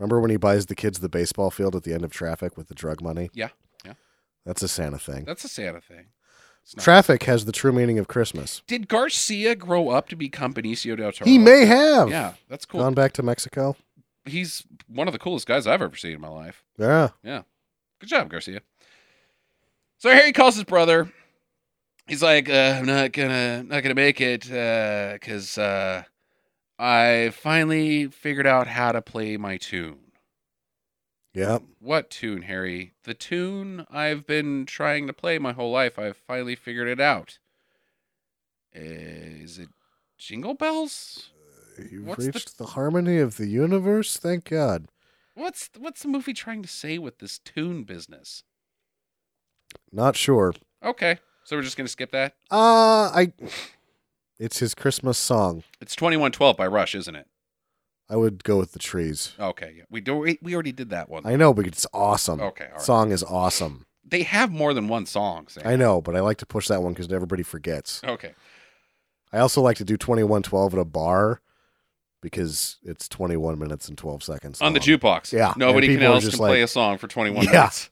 [SPEAKER 7] Remember when he buys the kids the baseball field at the end of traffic with the drug money?
[SPEAKER 1] Yeah, yeah.
[SPEAKER 7] That's a Santa thing.
[SPEAKER 1] That's a Santa thing. It's not-
[SPEAKER 7] Traffic has the true meaning of Christmas.
[SPEAKER 1] Did Garcia grow up to become Benicio del Toro?
[SPEAKER 7] He may have
[SPEAKER 1] Yeah, that's cool.
[SPEAKER 7] gone back to Mexico.
[SPEAKER 1] He's one of the coolest guys I've ever seen in my life.
[SPEAKER 7] Yeah.
[SPEAKER 1] Good job, Garcia. So Harry calls his brother. He's like, uh, I'm not gonna, not gonna make it, uh, cause uh, I finally figured out how to play my tune.
[SPEAKER 7] Yeah.
[SPEAKER 1] What tune, Harry? The tune I've been trying to play my whole life. I've finally figured it out. Is it Jingle Bells?
[SPEAKER 7] You've
[SPEAKER 1] What's the-
[SPEAKER 7] reached the harmony of the universe. Thank God.
[SPEAKER 1] What's what's the movie trying to say with this tune business?
[SPEAKER 7] Not sure.
[SPEAKER 1] Okay, so we're just gonna skip that.
[SPEAKER 7] Uh I It's his Christmas song.
[SPEAKER 1] It's twenty one twelve by Rush, isn't it?
[SPEAKER 7] I would go with the trees.
[SPEAKER 1] Okay, yeah. we do. We, we already did that one.
[SPEAKER 7] I know, but it's awesome.
[SPEAKER 1] Okay, all right.
[SPEAKER 7] Song is awesome.
[SPEAKER 1] they have more than one song. Sam.
[SPEAKER 7] I know, but I like to push that one because everybody forgets.
[SPEAKER 1] Okay,
[SPEAKER 7] I also like to do twenty one twelve at a bar because it's twenty one minutes and twelve seconds.
[SPEAKER 1] on the
[SPEAKER 7] long.
[SPEAKER 1] jukebox.
[SPEAKER 7] Yeah,
[SPEAKER 1] nobody
[SPEAKER 7] and
[SPEAKER 1] can
[SPEAKER 7] people are
[SPEAKER 1] else
[SPEAKER 7] just
[SPEAKER 1] can play
[SPEAKER 7] like-
[SPEAKER 1] a song for twenty one
[SPEAKER 7] Yeah.
[SPEAKER 1] minutes.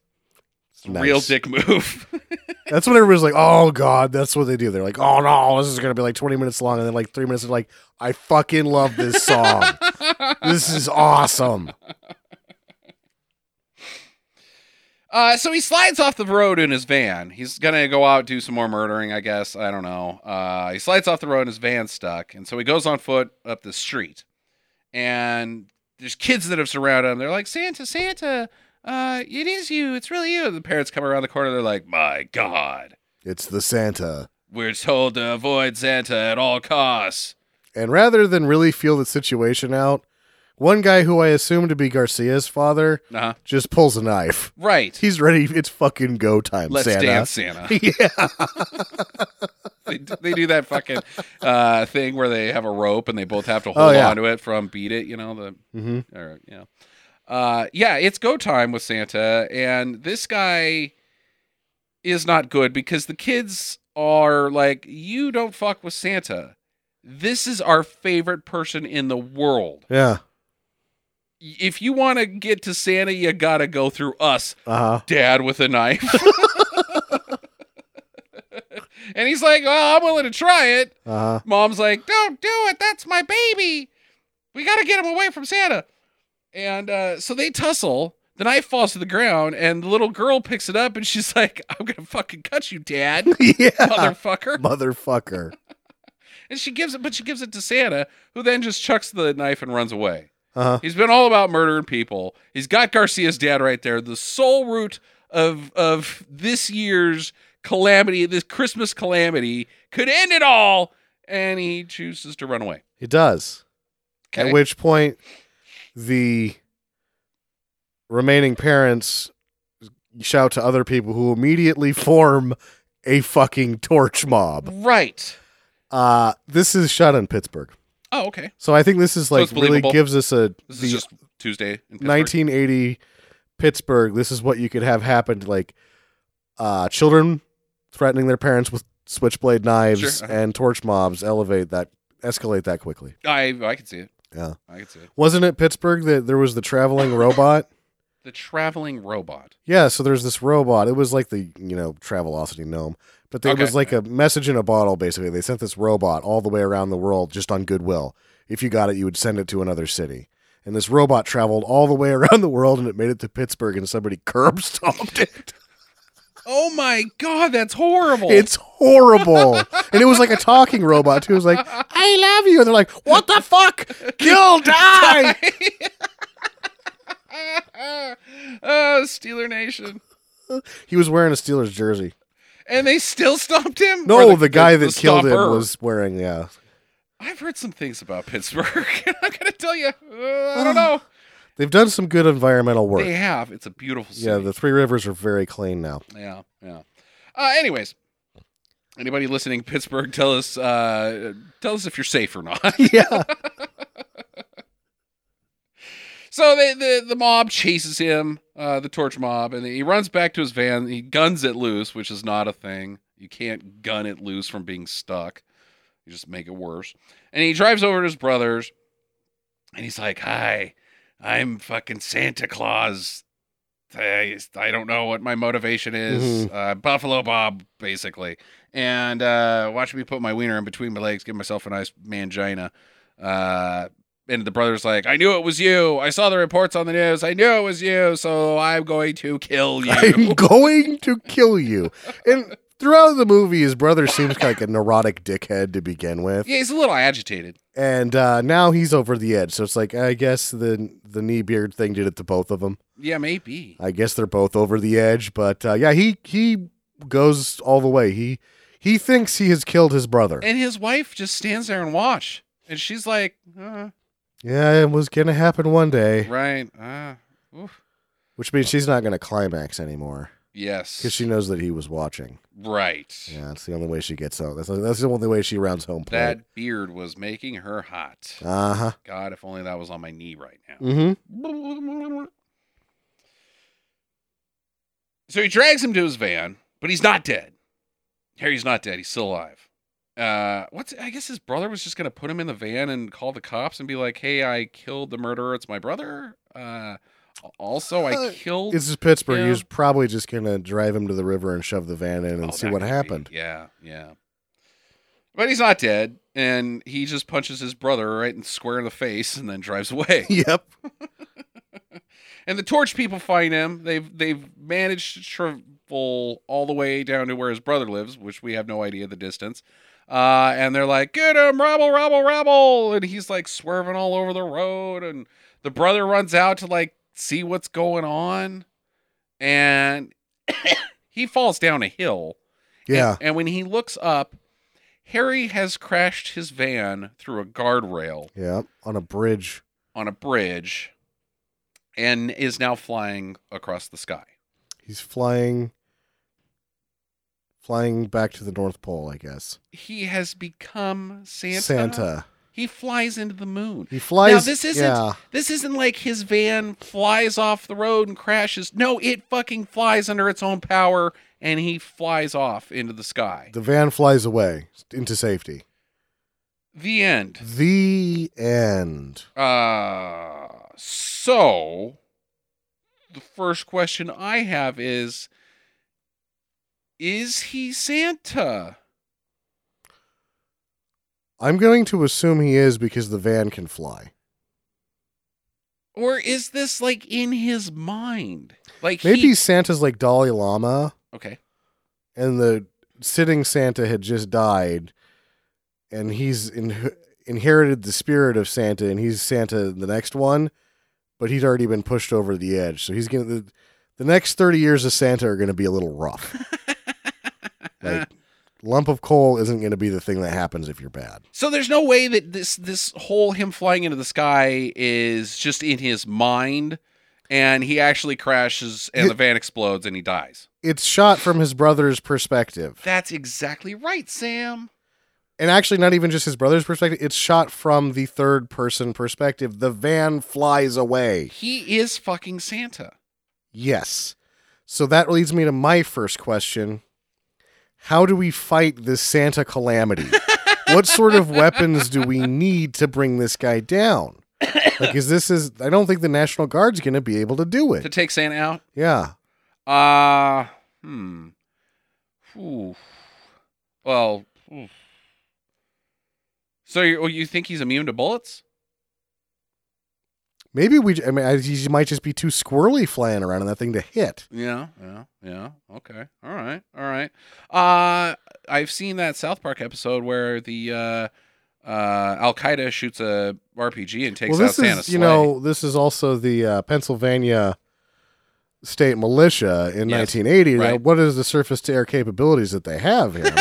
[SPEAKER 1] It's a
[SPEAKER 7] Nice.
[SPEAKER 1] Real dick move. [LAUGHS]
[SPEAKER 7] That's what everybody's like, oh God, that's what they do. They're like, oh no, this is gonna be like 20 minutes long, and then like three minutes they're like, I fucking love this song. this is awesome.
[SPEAKER 1] Uh, so he slides off the road in his van. He's gonna go out do some more murdering, I guess. I don't know. Uh, he slides off the road and his van's stuck, and so he goes on foot up the street. And there's kids that have surrounded him. They're like, "Santa, Santa, uh, it is you. It's really you." And the parents come around the corner. They're like, "My God,
[SPEAKER 7] It's the Santa.
[SPEAKER 1] we're told to avoid Santa at all costs."
[SPEAKER 7] And rather than really feel the situation out, one guy who I assume to be Garcia's father
[SPEAKER 1] Uh-huh.
[SPEAKER 7] just pulls a knife.
[SPEAKER 1] Right.
[SPEAKER 7] He's ready. It's fucking go time,
[SPEAKER 1] Let's
[SPEAKER 7] Santa.
[SPEAKER 1] dance, Santa.
[SPEAKER 7] [LAUGHS] yeah.
[SPEAKER 1] they, d- they do that fucking uh, thing where they have a rope and they both have to
[SPEAKER 7] Oh,
[SPEAKER 1] hold
[SPEAKER 7] yeah.
[SPEAKER 1] onto it from "Beat It." You know the
[SPEAKER 7] Mhm.
[SPEAKER 1] or you know. Uh, yeah, it's go time with Santa, and this guy is not good because the kids are like, "You don't fuck with Santa. This is our favorite person in the world.
[SPEAKER 7] Yeah.
[SPEAKER 1] Y- If you want to get to Santa, you gotta go through us,
[SPEAKER 7] Uh huh.
[SPEAKER 1] Dad with a knife." [LAUGHS] and he's like, "Well, I'm willing to try it."
[SPEAKER 7] Uh huh.
[SPEAKER 1] Mom's like, "Don't do it. That's my baby. We got to get him away from Santa." And uh, so they tussle. The knife falls to the ground, and the little girl picks it up, and she's [LAUGHS] like, "I'm gonna fucking cut you, Dad,
[SPEAKER 7] Yeah.
[SPEAKER 1] motherfucker!"
[SPEAKER 7] Motherfucker.
[SPEAKER 1] And she gives it, but she gives it to Santa, who then just chucks the knife and runs away.
[SPEAKER 7] Uh huh.
[SPEAKER 1] He's been all about murdering people. He's got Garcia's dad right there, the sole root of of this year's calamity, this Christmas calamity could end it all, and he chooses to run away.
[SPEAKER 7] It does. At which point, the remaining parents shout to other people who immediately [LAUGHS] form a fucking torch mob.
[SPEAKER 1] Right.
[SPEAKER 7] Uh, this is shot in Pittsburgh.
[SPEAKER 1] Oh, okay.
[SPEAKER 7] So I think this is like
[SPEAKER 1] it's
[SPEAKER 7] really
[SPEAKER 1] believable.
[SPEAKER 7] gives us a
[SPEAKER 1] This
[SPEAKER 7] the
[SPEAKER 1] is just Tuesday in Pittsburgh.
[SPEAKER 7] 1980 Pittsburgh. This is what you could have happen to like uh, children threatening their parents with switchblade knives
[SPEAKER 1] Sure, uh-huh.
[SPEAKER 7] and torch mobs. Elevate that, escalate that quickly.
[SPEAKER 1] I I can see it.
[SPEAKER 7] Yeah.
[SPEAKER 1] I can see it.
[SPEAKER 7] Wasn't it Pittsburgh that there was the traveling robot?
[SPEAKER 1] The traveling robot.
[SPEAKER 7] Yeah, so there's this robot. It was like the you know Travelocity gnome, but there
[SPEAKER 1] Okay.
[SPEAKER 7] was like a message in a bottle. Basically, they sent this robot all the way around the world just on goodwill. If you got it, you would send it to another city. And this robot traveled all the way [LAUGHS] around the world, and it made it to Pittsburgh, and somebody [LAUGHS] curb stomped it.
[SPEAKER 1] Oh my god, that's horrible.
[SPEAKER 7] It's horrible, and it was like a talking robot too. It was like, "I love you," and they're like, "What the fuck?
[SPEAKER 1] [LAUGHS]
[SPEAKER 7] Kill, die!"
[SPEAKER 1] uh, Steeler Nation.
[SPEAKER 7] He was wearing a Steelers jersey.
[SPEAKER 1] And they still stomped him?
[SPEAKER 7] No,
[SPEAKER 1] Or
[SPEAKER 7] the, guy that
[SPEAKER 1] the
[SPEAKER 7] killed him
[SPEAKER 1] stomper?
[SPEAKER 7] was wearing yeah.
[SPEAKER 1] I've heard some things about Pittsburgh. [LAUGHS] and I'm going to tell you. uh, I don't know.
[SPEAKER 7] They've done some good environmental work.
[SPEAKER 1] They have. It's a beautiful city.
[SPEAKER 7] Yeah, the Three Rivers are very clean now.
[SPEAKER 1] Yeah, yeah. Uh, anyways, anybody listening, in Pittsburgh, tell us, uh, tell us if you're safe or not.
[SPEAKER 7] [LAUGHS] Yeah.
[SPEAKER 1] so the, the the mob chases him, uh, the torch mob, and he runs back to his van. He guns it loose, which is not a thing. You can't gun it loose from being stuck. You just make it worse. And he drives over to his brother's, and he's like, "Hi, I'm fucking Santa Claus. I, I don't know what my motivation is. Uh, Buffalo Bob, basically. And uh, watch me put my wiener in between my legs, give myself a nice mangina. Uh, and the brother's like, I knew it was you. I saw the reports on the news. I knew it was you. So I'm going to kill you.
[SPEAKER 7] I'm going to kill you. And throughout the movie, his brother seems like a neurotic dickhead to begin with,
[SPEAKER 1] [LAUGHS] yeah, he's a little agitated.
[SPEAKER 7] and uh, now he's over the edge. So it's like I guess the the knee beard thing did it to both of them.
[SPEAKER 1] Yeah, maybe.
[SPEAKER 7] I guess they're both over the edge, but uh, yeah, he he goes all the way. He he thinks he has killed his brother.
[SPEAKER 1] And his wife just stands there and watch. And she's like, uh,
[SPEAKER 7] Yeah, it was gonna happen one day,
[SPEAKER 1] right. Uh, oof.
[SPEAKER 7] which means she's not gonna climax anymore
[SPEAKER 1] Yes.
[SPEAKER 7] because she knows that he was watching.
[SPEAKER 1] right.
[SPEAKER 7] Yeah, that's the only way she gets out. That's that's the only way she rounds home plate.
[SPEAKER 1] That beard was making her hot.
[SPEAKER 7] Uh huh.
[SPEAKER 1] God, if only that was on my knee right now.
[SPEAKER 7] Mm-hmm.
[SPEAKER 1] So he drags him to his van, but he's not dead. Harry's not dead. He's still alive. Uh, what's? I guess his brother was just gonna put him in the van and call the cops and be like, "Hey, I killed the murderer. It's my brother. Uh, also, I
[SPEAKER 7] Uh,
[SPEAKER 1] killed."
[SPEAKER 7] This is Pittsburgh.
[SPEAKER 1] Yeah.
[SPEAKER 7] He was probably just gonna drive him to the river and shove the van in and
[SPEAKER 1] Oh,
[SPEAKER 7] see
[SPEAKER 1] that
[SPEAKER 7] what
[SPEAKER 1] could be.
[SPEAKER 7] happened.
[SPEAKER 1] Yeah, yeah. But he's not dead, and he just punches his brother right and square in the face, and then drives away.
[SPEAKER 7] [LAUGHS] Yep.
[SPEAKER 1] And the torch people find him. They've they've managed to travel all the way down to where his brother lives, which we have no idea the distance. Uh, and they're like, "Get him, rabble, rabble, rabble!" And he's like swerving all over the road. And the brother runs out to like see what's going on, and [COUGHS] he falls down a hill.
[SPEAKER 7] Yeah.
[SPEAKER 1] And, and when he looks up, Harry has crashed his van through a guardrail
[SPEAKER 7] Yeah. On a bridge.
[SPEAKER 1] on a bridge and is now flying across the sky.
[SPEAKER 7] He's flying flying back to the North Pole, I guess.
[SPEAKER 1] He has become Santa.
[SPEAKER 7] Santa.
[SPEAKER 1] He flies into the moon.
[SPEAKER 7] He flies
[SPEAKER 1] now this isn't
[SPEAKER 7] yeah.
[SPEAKER 1] this isn't like his van flies off the road and crashes. No, it fucking flies under its own power and he flies off into the sky.
[SPEAKER 7] The van flies away into safety.
[SPEAKER 1] The end.
[SPEAKER 7] The end.
[SPEAKER 1] Uh so the first question I have is is he Santa?
[SPEAKER 7] I'm going to assume he is because the van can fly.
[SPEAKER 1] Or is this like in his mind? Like
[SPEAKER 7] Maybe
[SPEAKER 1] he-
[SPEAKER 7] Santa's like Dalai Lama
[SPEAKER 1] okay.
[SPEAKER 7] and the sitting Santa had just died and he's in, inherited the spirit of Santa and he's Santa in the next one, but he's already been pushed over the edge. So he's going to the, the next 30 years of Santa are going to be a little rough. like lump of coal isn't going to be the thing that happens if you're bad.
[SPEAKER 1] So there's no way that this this whole him flying into the sky is just in his mind, and he actually crashes and
[SPEAKER 7] Yeah.
[SPEAKER 1] the van explodes and he dies.
[SPEAKER 7] It's shot from his brother's perspective.
[SPEAKER 1] That's exactly right, Sam.
[SPEAKER 7] and actually not even just his brother's perspective it's shot from the third person perspective the van flies away
[SPEAKER 1] He is fucking Santa.
[SPEAKER 7] yes so that leads me to my first question how do we fight this santa calamity what sort of weapons do we need to bring this guy down like is this is i don't think the national guard's gonna be able to do
[SPEAKER 1] To
[SPEAKER 7] it
[SPEAKER 1] take Santa out,
[SPEAKER 7] yeah
[SPEAKER 1] Uh hmm. Ooh. Well. oof. So you, oh, you think he's immune to bullets?
[SPEAKER 7] maybe we i mean I, he might just be too squirrely flying around in that thing to hit
[SPEAKER 1] Yeah, yeah, yeah. Okay. All right. All right. Uh I've seen that South Park episode where the uh uh Al Qaeda shoots a RPG and takes
[SPEAKER 7] well,
[SPEAKER 1] out
[SPEAKER 7] this
[SPEAKER 1] Santa's
[SPEAKER 7] is you
[SPEAKER 1] sleigh.
[SPEAKER 7] know this is also the uh, Pennsylvania state militia in
[SPEAKER 1] Yes,
[SPEAKER 7] 1980. Now,
[SPEAKER 1] right.
[SPEAKER 7] what is the surface to air capabilities that they
[SPEAKER 1] [LAUGHS]
[SPEAKER 7] have here?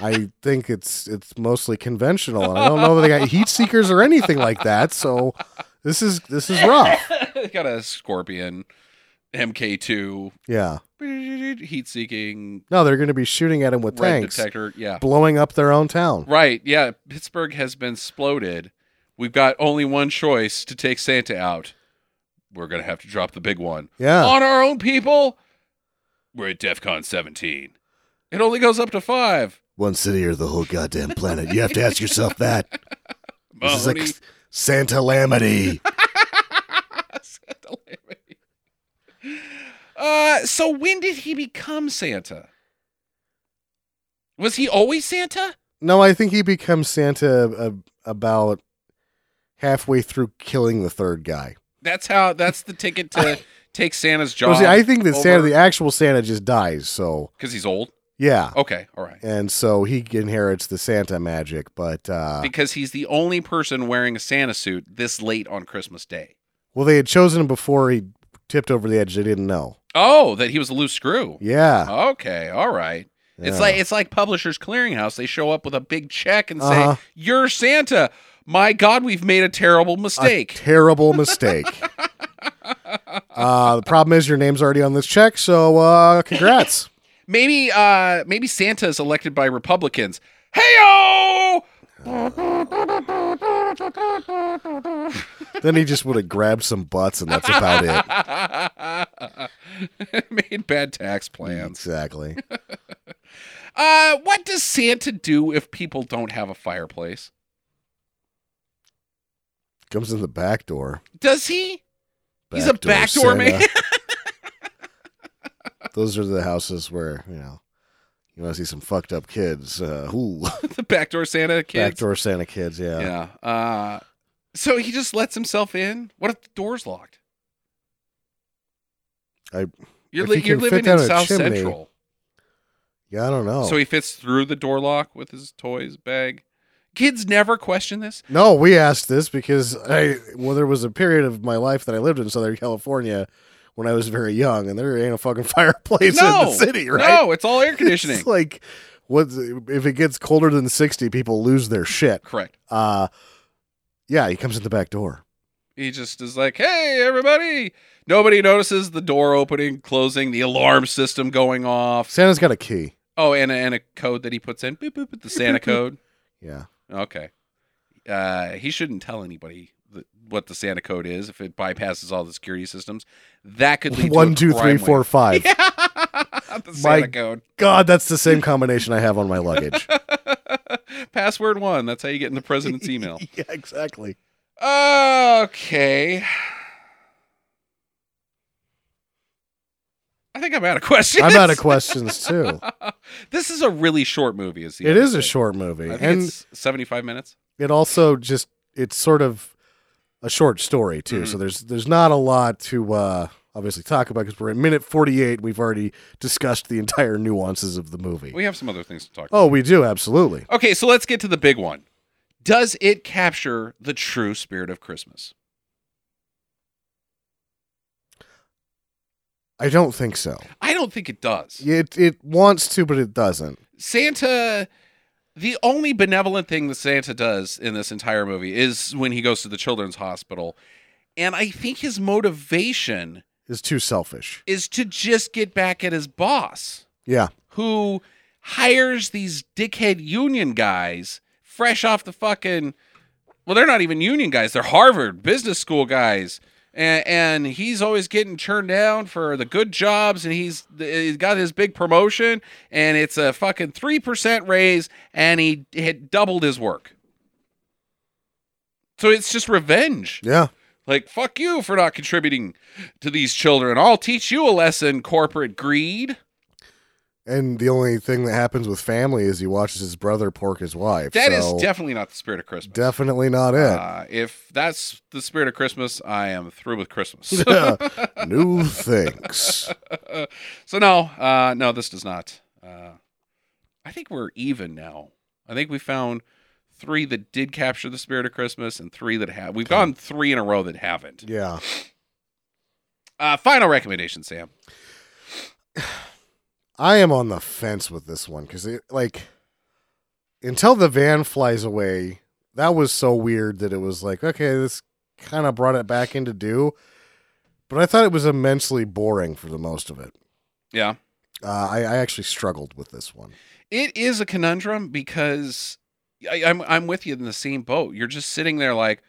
[SPEAKER 7] I think it's it's mostly conventional, and I don't know that they got heat seekers or anything like that. So this is this is rough.
[SPEAKER 1] [LAUGHS] They got a scorpion, MK2,
[SPEAKER 7] Yeah,
[SPEAKER 1] heat seeking,
[SPEAKER 7] no, they're going to be shooting at him with
[SPEAKER 1] red
[SPEAKER 7] tanks,
[SPEAKER 1] detector. Yeah.
[SPEAKER 7] blowing up their own town.
[SPEAKER 1] Right. Yeah. Pittsburgh has been sploded. We've got only one choice to take Santa out. We're going to have to drop the big one.
[SPEAKER 7] Yeah.
[SPEAKER 1] On our own people, we're at DEF CON 17. It only goes up to five.
[SPEAKER 7] One city or the whole goddamn planet. You have to ask yourself that. This is
[SPEAKER 1] Mahoney.
[SPEAKER 7] like
[SPEAKER 1] [LAUGHS]
[SPEAKER 7] Santa Lamity.
[SPEAKER 1] Uh, so when did he become Santa? Was he always Santa?
[SPEAKER 7] No, I think he becomes Santa uh, about halfway through killing the third guy.
[SPEAKER 1] That's how. That's the ticket
[SPEAKER 7] [LAUGHS]
[SPEAKER 1] to take Santa's
[SPEAKER 7] Well,
[SPEAKER 1] job.
[SPEAKER 7] see, I think that Santa,
[SPEAKER 1] over-
[SPEAKER 7] the actual Santa, just dies. So
[SPEAKER 1] because he's old.
[SPEAKER 7] yeah,
[SPEAKER 1] Okay, all right.
[SPEAKER 7] and so he inherits the Santa magic. But uh,
[SPEAKER 1] Because he's the only person wearing a Santa suit this late on Christmas Day.
[SPEAKER 7] well, they had chosen him before he tipped over the edge. They didn't know.
[SPEAKER 1] Oh, that he was a loose screw.
[SPEAKER 7] Yeah,
[SPEAKER 1] Okay, all right. Uh, It's
[SPEAKER 7] Yeah.
[SPEAKER 1] like it's like Publishers Clearinghouse. They show up with a big check and say,
[SPEAKER 7] Uh-huh.
[SPEAKER 1] "You're Santa." My God, we've made a terrible
[SPEAKER 7] a
[SPEAKER 1] mistake.
[SPEAKER 7] terrible mistake.
[SPEAKER 1] [LAUGHS]
[SPEAKER 7] uh, the problem is your name's already on this check. So uh, congrats.
[SPEAKER 1] maybe uh maybe Santa is elected by Republicans. Hey
[SPEAKER 7] then he just would have grabbed some butts, and that's about
[SPEAKER 1] [LAUGHS]
[SPEAKER 7] it.
[SPEAKER 1] [LAUGHS] Made bad tax plans.
[SPEAKER 7] Exactly.
[SPEAKER 1] Uh what does Santa do if people don't have a fireplace?
[SPEAKER 7] Comes in the back door.
[SPEAKER 1] Does he? [LAUGHS] He's a backdoor
[SPEAKER 7] Santa.
[SPEAKER 1] man. [LAUGHS]
[SPEAKER 7] Those are the houses where you know you want to see some fucked up kids. Uh, who [LAUGHS]
[SPEAKER 1] the backdoor Santa kids.
[SPEAKER 7] backdoor Santa kids? Yeah.
[SPEAKER 1] Yeah. Uh so he just lets himself in? What if the door's locked?
[SPEAKER 7] I-
[SPEAKER 1] you're,
[SPEAKER 7] if
[SPEAKER 1] li-
[SPEAKER 7] he
[SPEAKER 1] you're
[SPEAKER 7] can
[SPEAKER 1] living
[SPEAKER 7] fit down
[SPEAKER 1] in
[SPEAKER 7] a
[SPEAKER 1] South
[SPEAKER 7] chimney. Oh.
[SPEAKER 1] Central.
[SPEAKER 7] Yeah, I don't know.
[SPEAKER 1] So he fits through the door lock with his toys bag. Kids never question this.
[SPEAKER 7] no, we asked this because I well, there was a period of my life that I lived in Southern California when I was very young, and there ain't a fucking [LAUGHS] fireplace in
[SPEAKER 1] no
[SPEAKER 7] the city, right?
[SPEAKER 1] No, it's all air
[SPEAKER 7] [LAUGHS] It's
[SPEAKER 1] conditioning.
[SPEAKER 7] like what if it gets colder than sixty, people lose their shit.
[SPEAKER 1] Correct.
[SPEAKER 7] Uh yeah, he comes in the back door.
[SPEAKER 1] He just is like, "Hey, everybody!" Nobody notices the door opening, closing, the alarm system going off.
[SPEAKER 7] Santa's got a key.
[SPEAKER 1] Oh, and a, and a code that he puts in. Boop, boop, boop, the Santa code.
[SPEAKER 7] Yeah.
[SPEAKER 1] Okay. Uh, he shouldn't tell anybody th- what the Santa code is if it bypasses all the security systems. That could lead
[SPEAKER 7] [LAUGHS]
[SPEAKER 1] to a
[SPEAKER 7] One, two, three,
[SPEAKER 1] crime
[SPEAKER 7] four,
[SPEAKER 1] wave. [LAUGHS]
[SPEAKER 7] five.
[SPEAKER 1] the Santa
[SPEAKER 7] My-
[SPEAKER 1] code. [LAUGHS]
[SPEAKER 7] God, that's the same combination I have on my luggage.
[SPEAKER 1] Password one. That's how you get in the
[SPEAKER 7] [LAUGHS]
[SPEAKER 1] president's email.
[SPEAKER 7] yeah,
[SPEAKER 1] [LAUGHS]
[SPEAKER 7] exactly.
[SPEAKER 1] Okay. I think I'm out of [LAUGHS] questions.
[SPEAKER 7] I'm out of questions
[SPEAKER 1] [LAUGHS]
[SPEAKER 7] too.
[SPEAKER 1] this is a really short movie. Is the
[SPEAKER 7] It
[SPEAKER 1] other
[SPEAKER 7] is a
[SPEAKER 1] thing.
[SPEAKER 7] short movie,
[SPEAKER 1] I think
[SPEAKER 7] and
[SPEAKER 1] it's 75 minutes.
[SPEAKER 7] it also just it's sort of a short story too.
[SPEAKER 1] Mm-hmm.
[SPEAKER 7] So there's there's not a lot to uh, obviously talk about because we're at minute 48. We've already discussed the entire nuances of the movie.
[SPEAKER 1] We have some other things to talk about.
[SPEAKER 7] oh, we do absolutely.
[SPEAKER 1] Okay, so let's get to the big one. Does it capture the true spirit of Christmas?
[SPEAKER 7] I don't think so.
[SPEAKER 1] I don't think it does.
[SPEAKER 7] It it wants to, but it doesn't.
[SPEAKER 1] Santa, the only benevolent thing that Santa does in this entire movie is when he goes to the children's hospital. And I think his motivation
[SPEAKER 7] It's too selfish.
[SPEAKER 1] is to just get back at his boss,
[SPEAKER 7] Yeah,
[SPEAKER 1] who hires these dickhead union guys fresh off the fucking. Well, they're not even union guys, they're Harvard business school guys. And, and he's always getting churned down for the good jobs, and he's, he's got his big promotion, and it's a fucking 3% raise, and he had doubled his work. So it's just revenge.
[SPEAKER 7] yeah.
[SPEAKER 1] Like, fuck you for not contributing to these children. I'll teach you a lesson, corporate greed.
[SPEAKER 7] And the only thing that happens with family is he watches his brother pork his wife.
[SPEAKER 1] That is
[SPEAKER 7] so
[SPEAKER 1] definitely not the spirit of Christmas.
[SPEAKER 7] definitely not it.
[SPEAKER 1] Uh, if that's the spirit of Christmas, I am through with Christmas.
[SPEAKER 7] [LAUGHS] New things.
[SPEAKER 1] [LAUGHS] so no, uh, no, this does not. Uh, I think we're even now. I think we found three that did capture the spirit of Christmas and three that have. We've gone three in a row that haven't.
[SPEAKER 7] Yeah.
[SPEAKER 1] Uh, final recommendation, Sam.
[SPEAKER 7] I am on the fence with this one because it like until the van flies away, that was so weird that it was like, okay, this kind of brought it back into do. But I thought it was immensely boring for the most of it.
[SPEAKER 1] Yeah.
[SPEAKER 7] Uh, I, I actually struggled with this one.
[SPEAKER 1] It is a conundrum because I, I'm I'm with you in the same boat. You're just sitting there like,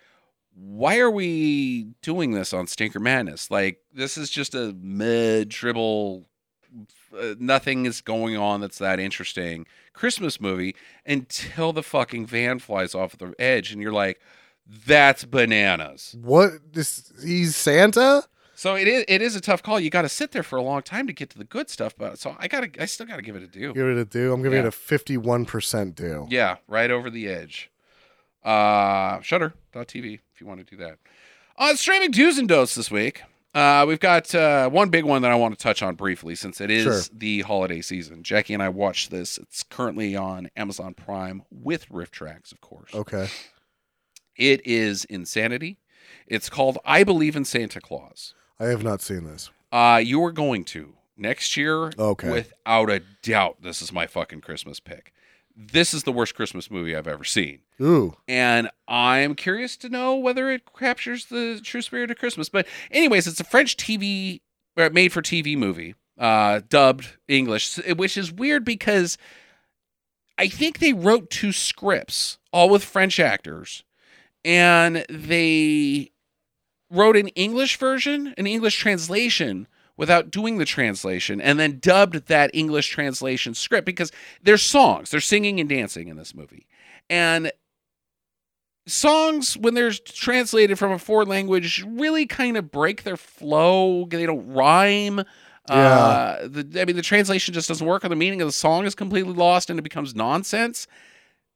[SPEAKER 1] why are we doing this on Stinker Madness? Like this is just a mid dribble. Uh, nothing is going on that's that interesting. Christmas movie until the fucking van flies off the edge, and you're like, that's bananas.
[SPEAKER 7] What this? He's Santa.
[SPEAKER 1] So it is it is a tough call. You got to sit there for a long time to get to the good stuff, but so I got to I still got to give it a do.
[SPEAKER 7] Give it a do. I'm giving
[SPEAKER 1] Yeah.
[SPEAKER 7] it a 51% do.
[SPEAKER 1] Yeah, right over the edge. Uh Shutter.tv if you want to do that. On streaming do's and don'ts this week, uh, we've got uh, one big one that I want to touch on briefly since it is
[SPEAKER 7] Sure.
[SPEAKER 1] the holiday season. Jackie and I watched this. It's currently on Amazon Prime with Rift Tracks, of course.
[SPEAKER 7] Okay.
[SPEAKER 1] It is Insanity. It's called I Believe in Santa Claus.
[SPEAKER 7] I have not seen this.
[SPEAKER 1] Uh, you are going to next year.
[SPEAKER 7] Okay.
[SPEAKER 1] Without a doubt, this is my fucking Christmas pick. This is the worst Christmas movie I've ever seen.
[SPEAKER 7] Ooh.
[SPEAKER 1] And I'm curious to know whether it captures the true spirit of Christmas. But, anyways, it's a French TV, or made for TV movie, uh, dubbed English, which is weird because I think they wrote two scripts, all with French actors, and they wrote an English version, an English translation without doing the translation and then dubbed that English translation script because there's songs, they're singing and dancing in this movie. And songs when they're translated from a foreign language really kind of break their flow, they don't rhyme. Uh, the, I mean, the translation just doesn't work, or the meaning of the song is completely lost and it becomes nonsense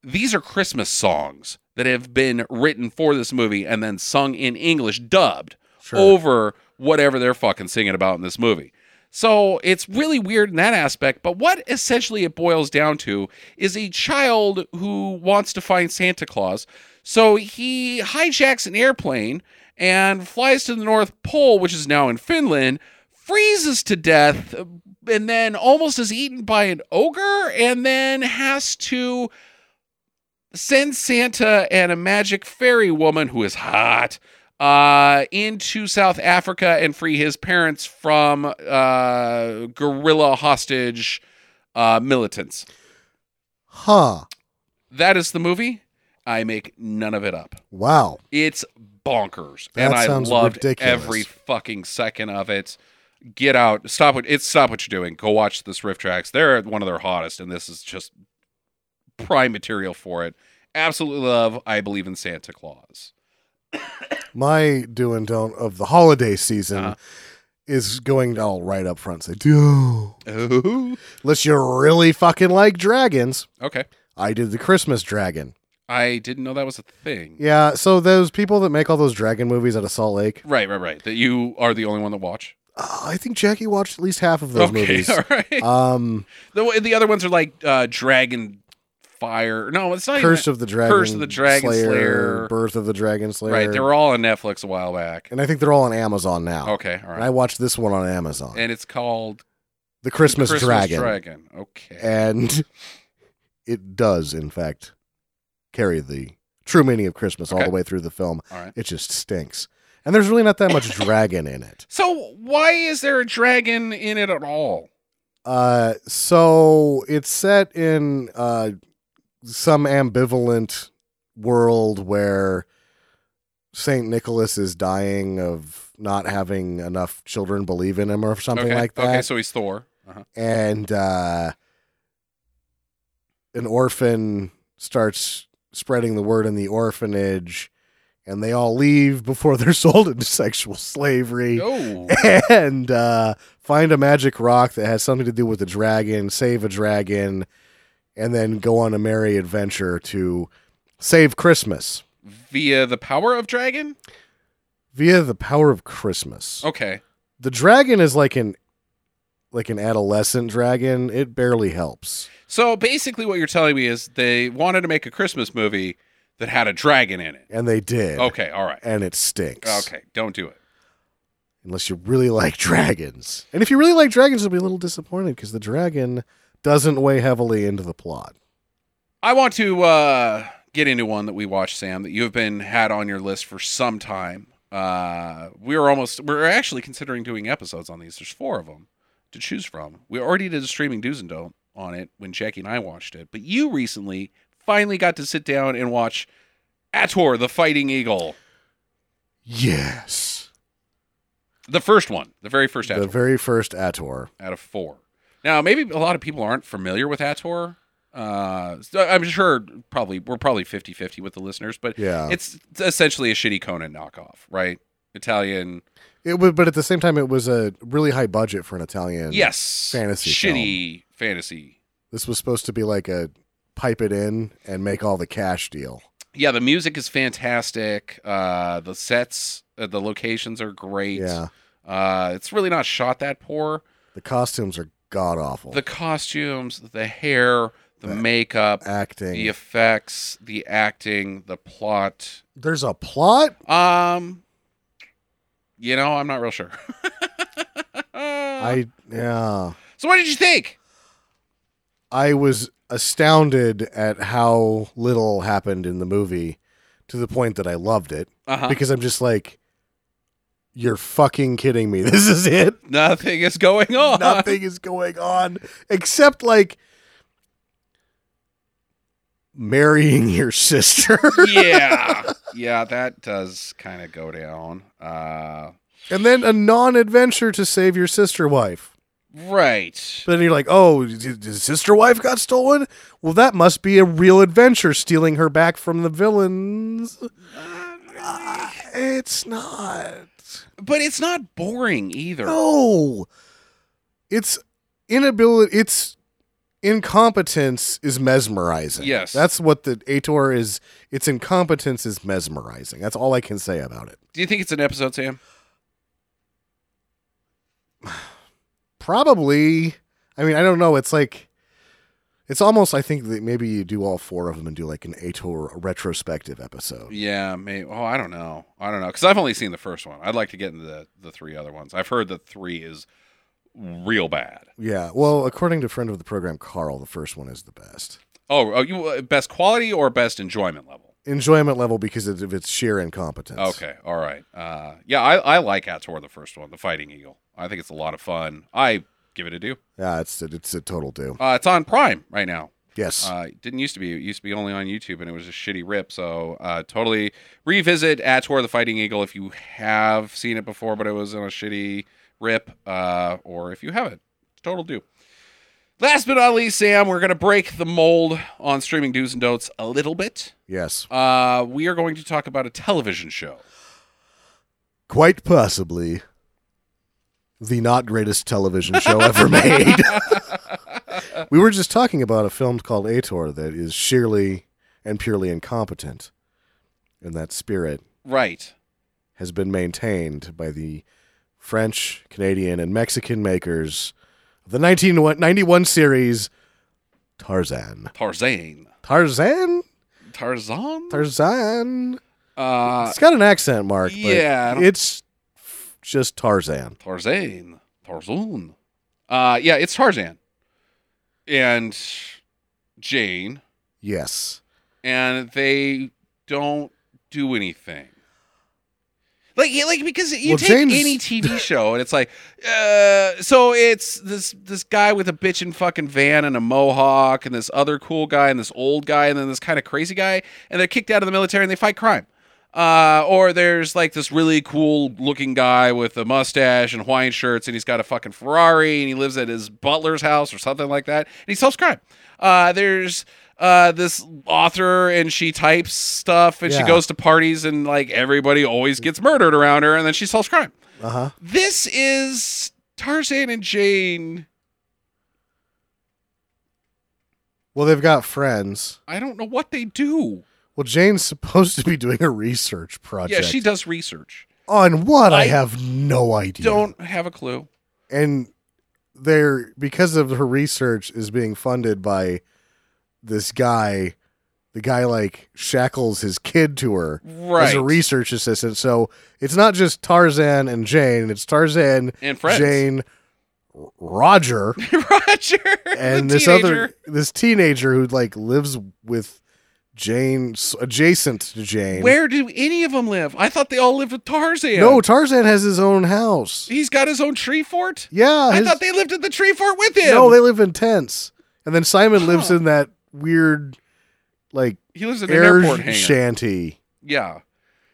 [SPEAKER 1] these are Christmas songs that have been written for this movie and then sung in English, dubbed
[SPEAKER 7] Sure.
[SPEAKER 1] over whatever they're fucking singing about in this movie. So it's really weird in that aspect. But what essentially it boils down to is a child who wants to find Santa Claus. So he hijacks an airplane and flies to the North Pole, which is now in Finland, freezes to death, and then almost is eaten by an ogre, and then has to send Santa and a magic fairy woman who is hot uh, into South Africa and free his parents from uh, guerrilla hostage uh, militants.
[SPEAKER 7] Huh.
[SPEAKER 1] That is the movie. I make none of it up.
[SPEAKER 7] Wow.
[SPEAKER 1] It's bonkers,
[SPEAKER 7] That
[SPEAKER 1] and I
[SPEAKER 7] sounds
[SPEAKER 1] loved
[SPEAKER 7] ridiculous.
[SPEAKER 1] every fucking second of it. Get out! Stop what it's stop what you're doing. Go watch this riff tracks. They're one of their hottest, and this is just prime material for it. Absolutely love. I believe in Santa
[SPEAKER 7] [LAUGHS]
[SPEAKER 1] Claus.
[SPEAKER 7] My do and don't of the holiday season
[SPEAKER 1] Uh-huh.
[SPEAKER 7] is going all right up front. Say, do.
[SPEAKER 1] Ooh.
[SPEAKER 7] Unless you really fucking like dragons.
[SPEAKER 1] Okay,
[SPEAKER 7] I did the Christmas dragon.
[SPEAKER 1] I didn't know that was a thing.
[SPEAKER 7] Yeah. So those people that make all those dragon movies out of Salt Lake,
[SPEAKER 1] Right, right, right. That you are the only one that watch.
[SPEAKER 7] uh, I think Jackie watched at least half of those
[SPEAKER 1] okay, [LAUGHS]
[SPEAKER 7] movies.
[SPEAKER 1] all right.
[SPEAKER 7] Um,
[SPEAKER 1] the, the other ones are like uh, Dragon Fire. No, it's not
[SPEAKER 7] Curse
[SPEAKER 1] even,
[SPEAKER 7] of the Dragon,
[SPEAKER 1] Oh, Curse of the Dragon Slayer.
[SPEAKER 7] Birth of the Dragon Slayer.
[SPEAKER 1] Right, they were all on Netflix a while back.
[SPEAKER 7] and I think they're all on Amazon now.
[SPEAKER 1] Okay, all
[SPEAKER 7] And
[SPEAKER 1] right.
[SPEAKER 7] I watched this one on Amazon,
[SPEAKER 1] and it's called
[SPEAKER 7] the Christmas, Dragon,
[SPEAKER 1] Okay.
[SPEAKER 7] and [LAUGHS] it does, in fact, carry the true meaning of Christmas all
[SPEAKER 1] Okay.
[SPEAKER 7] the way through the film.
[SPEAKER 1] All right.
[SPEAKER 7] It just stinks, and there's really not
[SPEAKER 1] [LAUGHS]
[SPEAKER 7] that much dragon in it.
[SPEAKER 1] So why is there a dragon in it at all?
[SPEAKER 7] Uh, so it's set in uh some ambivalent world where Saint Nicholas is dying of not having enough children believe in him or something
[SPEAKER 1] okay.
[SPEAKER 7] like that,
[SPEAKER 1] Okay, so he's Thor.
[SPEAKER 7] [LAUGHS]
[SPEAKER 1] Uh-huh.
[SPEAKER 7] and uh, an orphan starts spreading the word in the orphanage, and they all leave before [LAUGHS] they're sold into sexual slavery
[SPEAKER 1] Oh.
[SPEAKER 7] and uh, find a magic rock that has something to do with a dragon, save a dragon, and then go on a merry adventure to save Christmas
[SPEAKER 1] Via the power of dragon?
[SPEAKER 7] via the power of Christmas.
[SPEAKER 1] Okay.
[SPEAKER 7] The dragon is like an like an adolescent dragon. It barely helps.
[SPEAKER 1] So basically what you're telling me is they wanted to make a Christmas movie that had a dragon in it.
[SPEAKER 7] And they did.
[SPEAKER 1] Okay, all right.
[SPEAKER 7] And it stinks.
[SPEAKER 1] Okay, don't do it.
[SPEAKER 7] Unless you really [LAUGHS] like dragons. And if you really like dragons, you'll be a little disappointed because the dragon doesn't weigh heavily into the plot.
[SPEAKER 1] I want to uh, get into one that we watched, Sam, that you have been had on your list for some time. Uh, we are almost, we're actually considering doing episodes on these. There's four of them to choose from. We already did a streaming do's and don't on it when Jackie and I watched it, but you recently finally got to sit down and watch Ator, the Fighting Eagle,
[SPEAKER 7] Yes.
[SPEAKER 1] the first one, the very first
[SPEAKER 7] The
[SPEAKER 1] Ator
[SPEAKER 7] very first Ator.
[SPEAKER 1] out of four. Now, maybe a lot of people aren't familiar with Ator. Uh, so I'm sure probably we're probably 50 50 with the listeners, but
[SPEAKER 7] Yeah.
[SPEAKER 1] it's essentially a shitty Conan knockoff, right? Italian.
[SPEAKER 7] It was, but at the same time, it was a really high budget for an Italian.
[SPEAKER 1] Yes,
[SPEAKER 7] fantasy
[SPEAKER 1] shitty fantasy.
[SPEAKER 7] this was supposed to be like a pipe it in and make all the cash deal.
[SPEAKER 1] Yeah, the music is fantastic. Uh, the sets, uh, the locations are great.
[SPEAKER 7] Yeah,
[SPEAKER 1] Uh, it's really not shot that poor.
[SPEAKER 7] the costumes are god awful.
[SPEAKER 1] The costumes, the hair, the
[SPEAKER 7] The
[SPEAKER 1] makeup,
[SPEAKER 7] acting.
[SPEAKER 1] the effects, the acting, the plot.
[SPEAKER 7] There's a plot.
[SPEAKER 1] Um, you know, I'm not real sure. [LAUGHS] Uh,
[SPEAKER 7] I yeah.
[SPEAKER 1] so, what did you think?
[SPEAKER 7] I was astounded at how little happened in the movie, to the point that I loved it
[SPEAKER 1] Uh-huh.
[SPEAKER 7] because I'm just like, you're fucking kidding me. [LAUGHS] This is it.
[SPEAKER 1] Nothing is going on.
[SPEAKER 7] nothing is going on except like marrying your sister. [LAUGHS]
[SPEAKER 1] yeah, yeah, that does kind of go down. Uh,
[SPEAKER 7] and then a non-adventure to save your sister wife.
[SPEAKER 1] right.
[SPEAKER 7] But then you're like, "Oh, his his sister wife got stolen? Well, that must be a real adventure stealing her back from the villains." Uh, it's not.
[SPEAKER 1] But it's not boring either.
[SPEAKER 7] No. It's inability it's incompetence is mesmerizing.
[SPEAKER 1] Yes.
[SPEAKER 7] That's what the Ator is its incompetence is mesmerizing. That's all I can say about it.
[SPEAKER 1] Do you think it's an episode, Sam?
[SPEAKER 7] Probably I mean, I don't know, it's like it's almost I think that maybe you do all four of them and do like an Ator retrospective episode.
[SPEAKER 1] Yeah, maybe. Oh, I don't know. I don't know because I've only seen the first one. I'd like to get into the the three other ones. I've heard that three is real bad.
[SPEAKER 7] Yeah. Well, according to friend of the program Carl, the first one is the best.
[SPEAKER 1] Oh, oh you uh, best quality or best enjoyment level?
[SPEAKER 7] Enjoyment level because of its sheer incompetence.
[SPEAKER 1] Okay, all right. Uh, yeah, I, I like Ator the first one, the Fighting Eagle. I think it's a lot of fun. I give it a do.
[SPEAKER 7] Yeah, it's it's a total do.
[SPEAKER 1] Uh, it's on Prime right now.
[SPEAKER 7] Yes.
[SPEAKER 1] Uh, it didn't used to be. It used to be only on YouTube, and it was a shitty rip. So uh, totally revisit Ator the Fighting Eagle if you have seen it before, but it was in a shitty rip, uh, or if you haven't, it's total do. Last but not least, Sam, we're gonna break the mold on streaming do's and don'ts a little bit.
[SPEAKER 7] yes.
[SPEAKER 1] Uh, we are going to talk about a television show.
[SPEAKER 7] quite possibly the not greatest television show
[SPEAKER 1] [LAUGHS]
[SPEAKER 7] ever made. we were just talking about a film called Ator that is sheerly and purely incompetent, and that spirit
[SPEAKER 1] Right.
[SPEAKER 7] has been maintained by the French, Canadian, and Mexican makers of the 1991 series Tarzan.
[SPEAKER 1] Tarzan.
[SPEAKER 7] Tarzan?
[SPEAKER 1] Tarzan?
[SPEAKER 7] Tarzan?
[SPEAKER 1] uh,
[SPEAKER 7] it's got an accent mark, but
[SPEAKER 1] yeah, I don't-
[SPEAKER 7] it's just Tarzan.
[SPEAKER 1] Tarzan. Tarzan. Uh, yeah, it's Tarzan. And Jane.
[SPEAKER 7] Yes.
[SPEAKER 1] And they don't do anything. Like, yeah, like because you
[SPEAKER 7] Well,
[SPEAKER 1] take
[SPEAKER 7] Jane's- [LAUGHS]
[SPEAKER 1] any TV show and it's like, uh, so it's this this guy with a bitchin' fucking van and a mohawk and this other cool guy and this old guy and then this kind of crazy guy and they're kicked out of the military and they fight crime. Uh, or there's like this really cool looking guy with a mustache and Hawaiian shirts, and he's got a fucking Ferrari, and he lives at his butler's house or something like that, and he solves crime. Uh, there's uh, this author, and she types stuff, and she
[SPEAKER 7] Yeah.
[SPEAKER 1] goes to parties, and like everybody always gets murdered around her, and then she solves crime.
[SPEAKER 7] Uh huh.
[SPEAKER 1] This is Tarzan and Jane.
[SPEAKER 7] Well, they've got friends.
[SPEAKER 1] I don't know what they do.
[SPEAKER 7] Well, Jane's supposed to be doing a research project.
[SPEAKER 1] Yeah, she does research.
[SPEAKER 7] On what? I,
[SPEAKER 1] I
[SPEAKER 7] have no idea.
[SPEAKER 1] Don't have a clue.
[SPEAKER 7] And they're because of her research is being funded by this guy. The guy like shackles his kid to her
[SPEAKER 1] Right.
[SPEAKER 7] as a research assistant. So it's not just Tarzan and Jane. It's Tarzan,
[SPEAKER 1] and friends.
[SPEAKER 7] Jane, R- Roger,
[SPEAKER 1] [LAUGHS] Roger. [LAUGHS]
[SPEAKER 7] and
[SPEAKER 1] the
[SPEAKER 7] this
[SPEAKER 1] teenager.
[SPEAKER 7] other this teenager who like lives with Jane s- adjacent to Jane.
[SPEAKER 1] Where do any of them live? I thought they all lived with Tarzan.
[SPEAKER 7] No, Tarzan has his own house.
[SPEAKER 1] he's got his own tree fort.
[SPEAKER 7] Yeah,
[SPEAKER 1] I
[SPEAKER 7] his-
[SPEAKER 1] thought they lived at the tree fort with him.
[SPEAKER 7] no, they live in tents, and then Simon lives
[SPEAKER 1] Huh.
[SPEAKER 7] in that weird, like
[SPEAKER 1] he lives in an airport
[SPEAKER 7] air
[SPEAKER 1] hangar.
[SPEAKER 7] shanty
[SPEAKER 1] Yeah.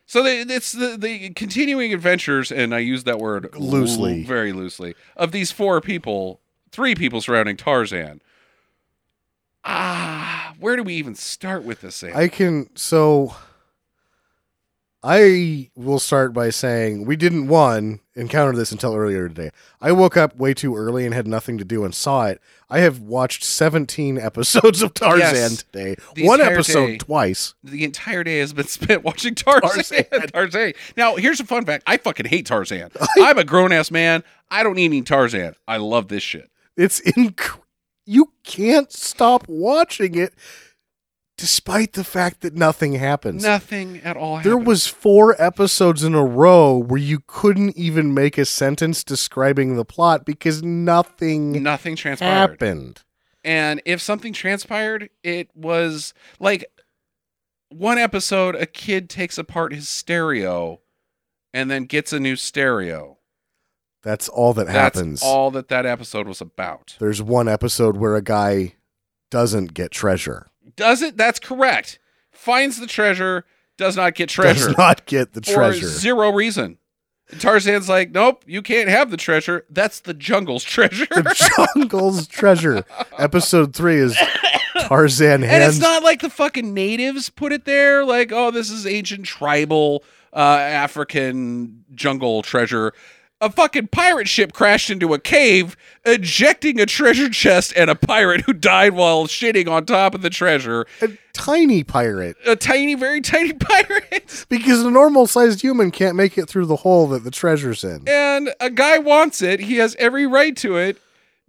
[SPEAKER 1] So they, it's the, the continuing adventures, and I use that word
[SPEAKER 7] Loosely.
[SPEAKER 1] l- very loosely, of these four people, three people surrounding Tarzan. Ah, where do we even start with this? Sam?
[SPEAKER 7] I can so I will start by saying we didn't one encounter this until earlier today. I woke up way too early and had nothing to do and saw it. I have watched 17 episodes of Tarzan
[SPEAKER 1] Yes.
[SPEAKER 7] today.
[SPEAKER 1] The
[SPEAKER 7] One
[SPEAKER 1] entire
[SPEAKER 7] episode
[SPEAKER 1] day.
[SPEAKER 7] twice.
[SPEAKER 1] The entire day has been [LAUGHS] spent watching Tarzan.
[SPEAKER 7] Tarzan.
[SPEAKER 1] [LAUGHS] Tarzan. Now, here's a fun fact. I fucking hate
[SPEAKER 7] [LAUGHS]
[SPEAKER 1] Tarzan. I'm a grown ass man. I don't need any Tarzan. I love this shit.
[SPEAKER 7] It's inc- you can't stop watching it despite the fact that nothing happens.
[SPEAKER 1] Nothing at all.
[SPEAKER 7] There
[SPEAKER 1] happened.
[SPEAKER 7] was four episodes in a row where you couldn't even make a sentence describing the plot because nothing
[SPEAKER 1] nothing transpired.
[SPEAKER 7] happened.
[SPEAKER 1] And if something transpired, it was like one episode a kid takes apart his stereo and then gets a new stereo.
[SPEAKER 7] That's all that
[SPEAKER 1] That's
[SPEAKER 7] happens.
[SPEAKER 1] all that that episode was about.
[SPEAKER 7] There's one episode where a guy doesn't get treasure.
[SPEAKER 1] Does it? That's correct. Finds the treasure, does not get treasure.
[SPEAKER 7] Does not get the
[SPEAKER 1] for
[SPEAKER 7] treasure.
[SPEAKER 1] zero reason. Tarzan's like, nope, you can't have the treasure. That's the jungle's [LAUGHS] treasure.
[SPEAKER 7] the
[SPEAKER 1] [LAUGHS]
[SPEAKER 7] jungle's treasure. Episode three
[SPEAKER 1] [COUGHS]
[SPEAKER 7] is
[SPEAKER 1] and
[SPEAKER 7] Tarzan
[SPEAKER 1] it's
[SPEAKER 7] hands.
[SPEAKER 1] not like the fucking natives put it there like oh this is ancient tribal uh african jungle treasure a fucking pirate ship crashed into a cave ejecting a treasure chest and a pirate who died while shitting on top of the treasure
[SPEAKER 7] a tiny pirate
[SPEAKER 1] a tiny very tiny [LAUGHS] pirate
[SPEAKER 7] because a normal sized human can't make it through the hole that the treasure's in.
[SPEAKER 1] and a guy wants it he has every right to it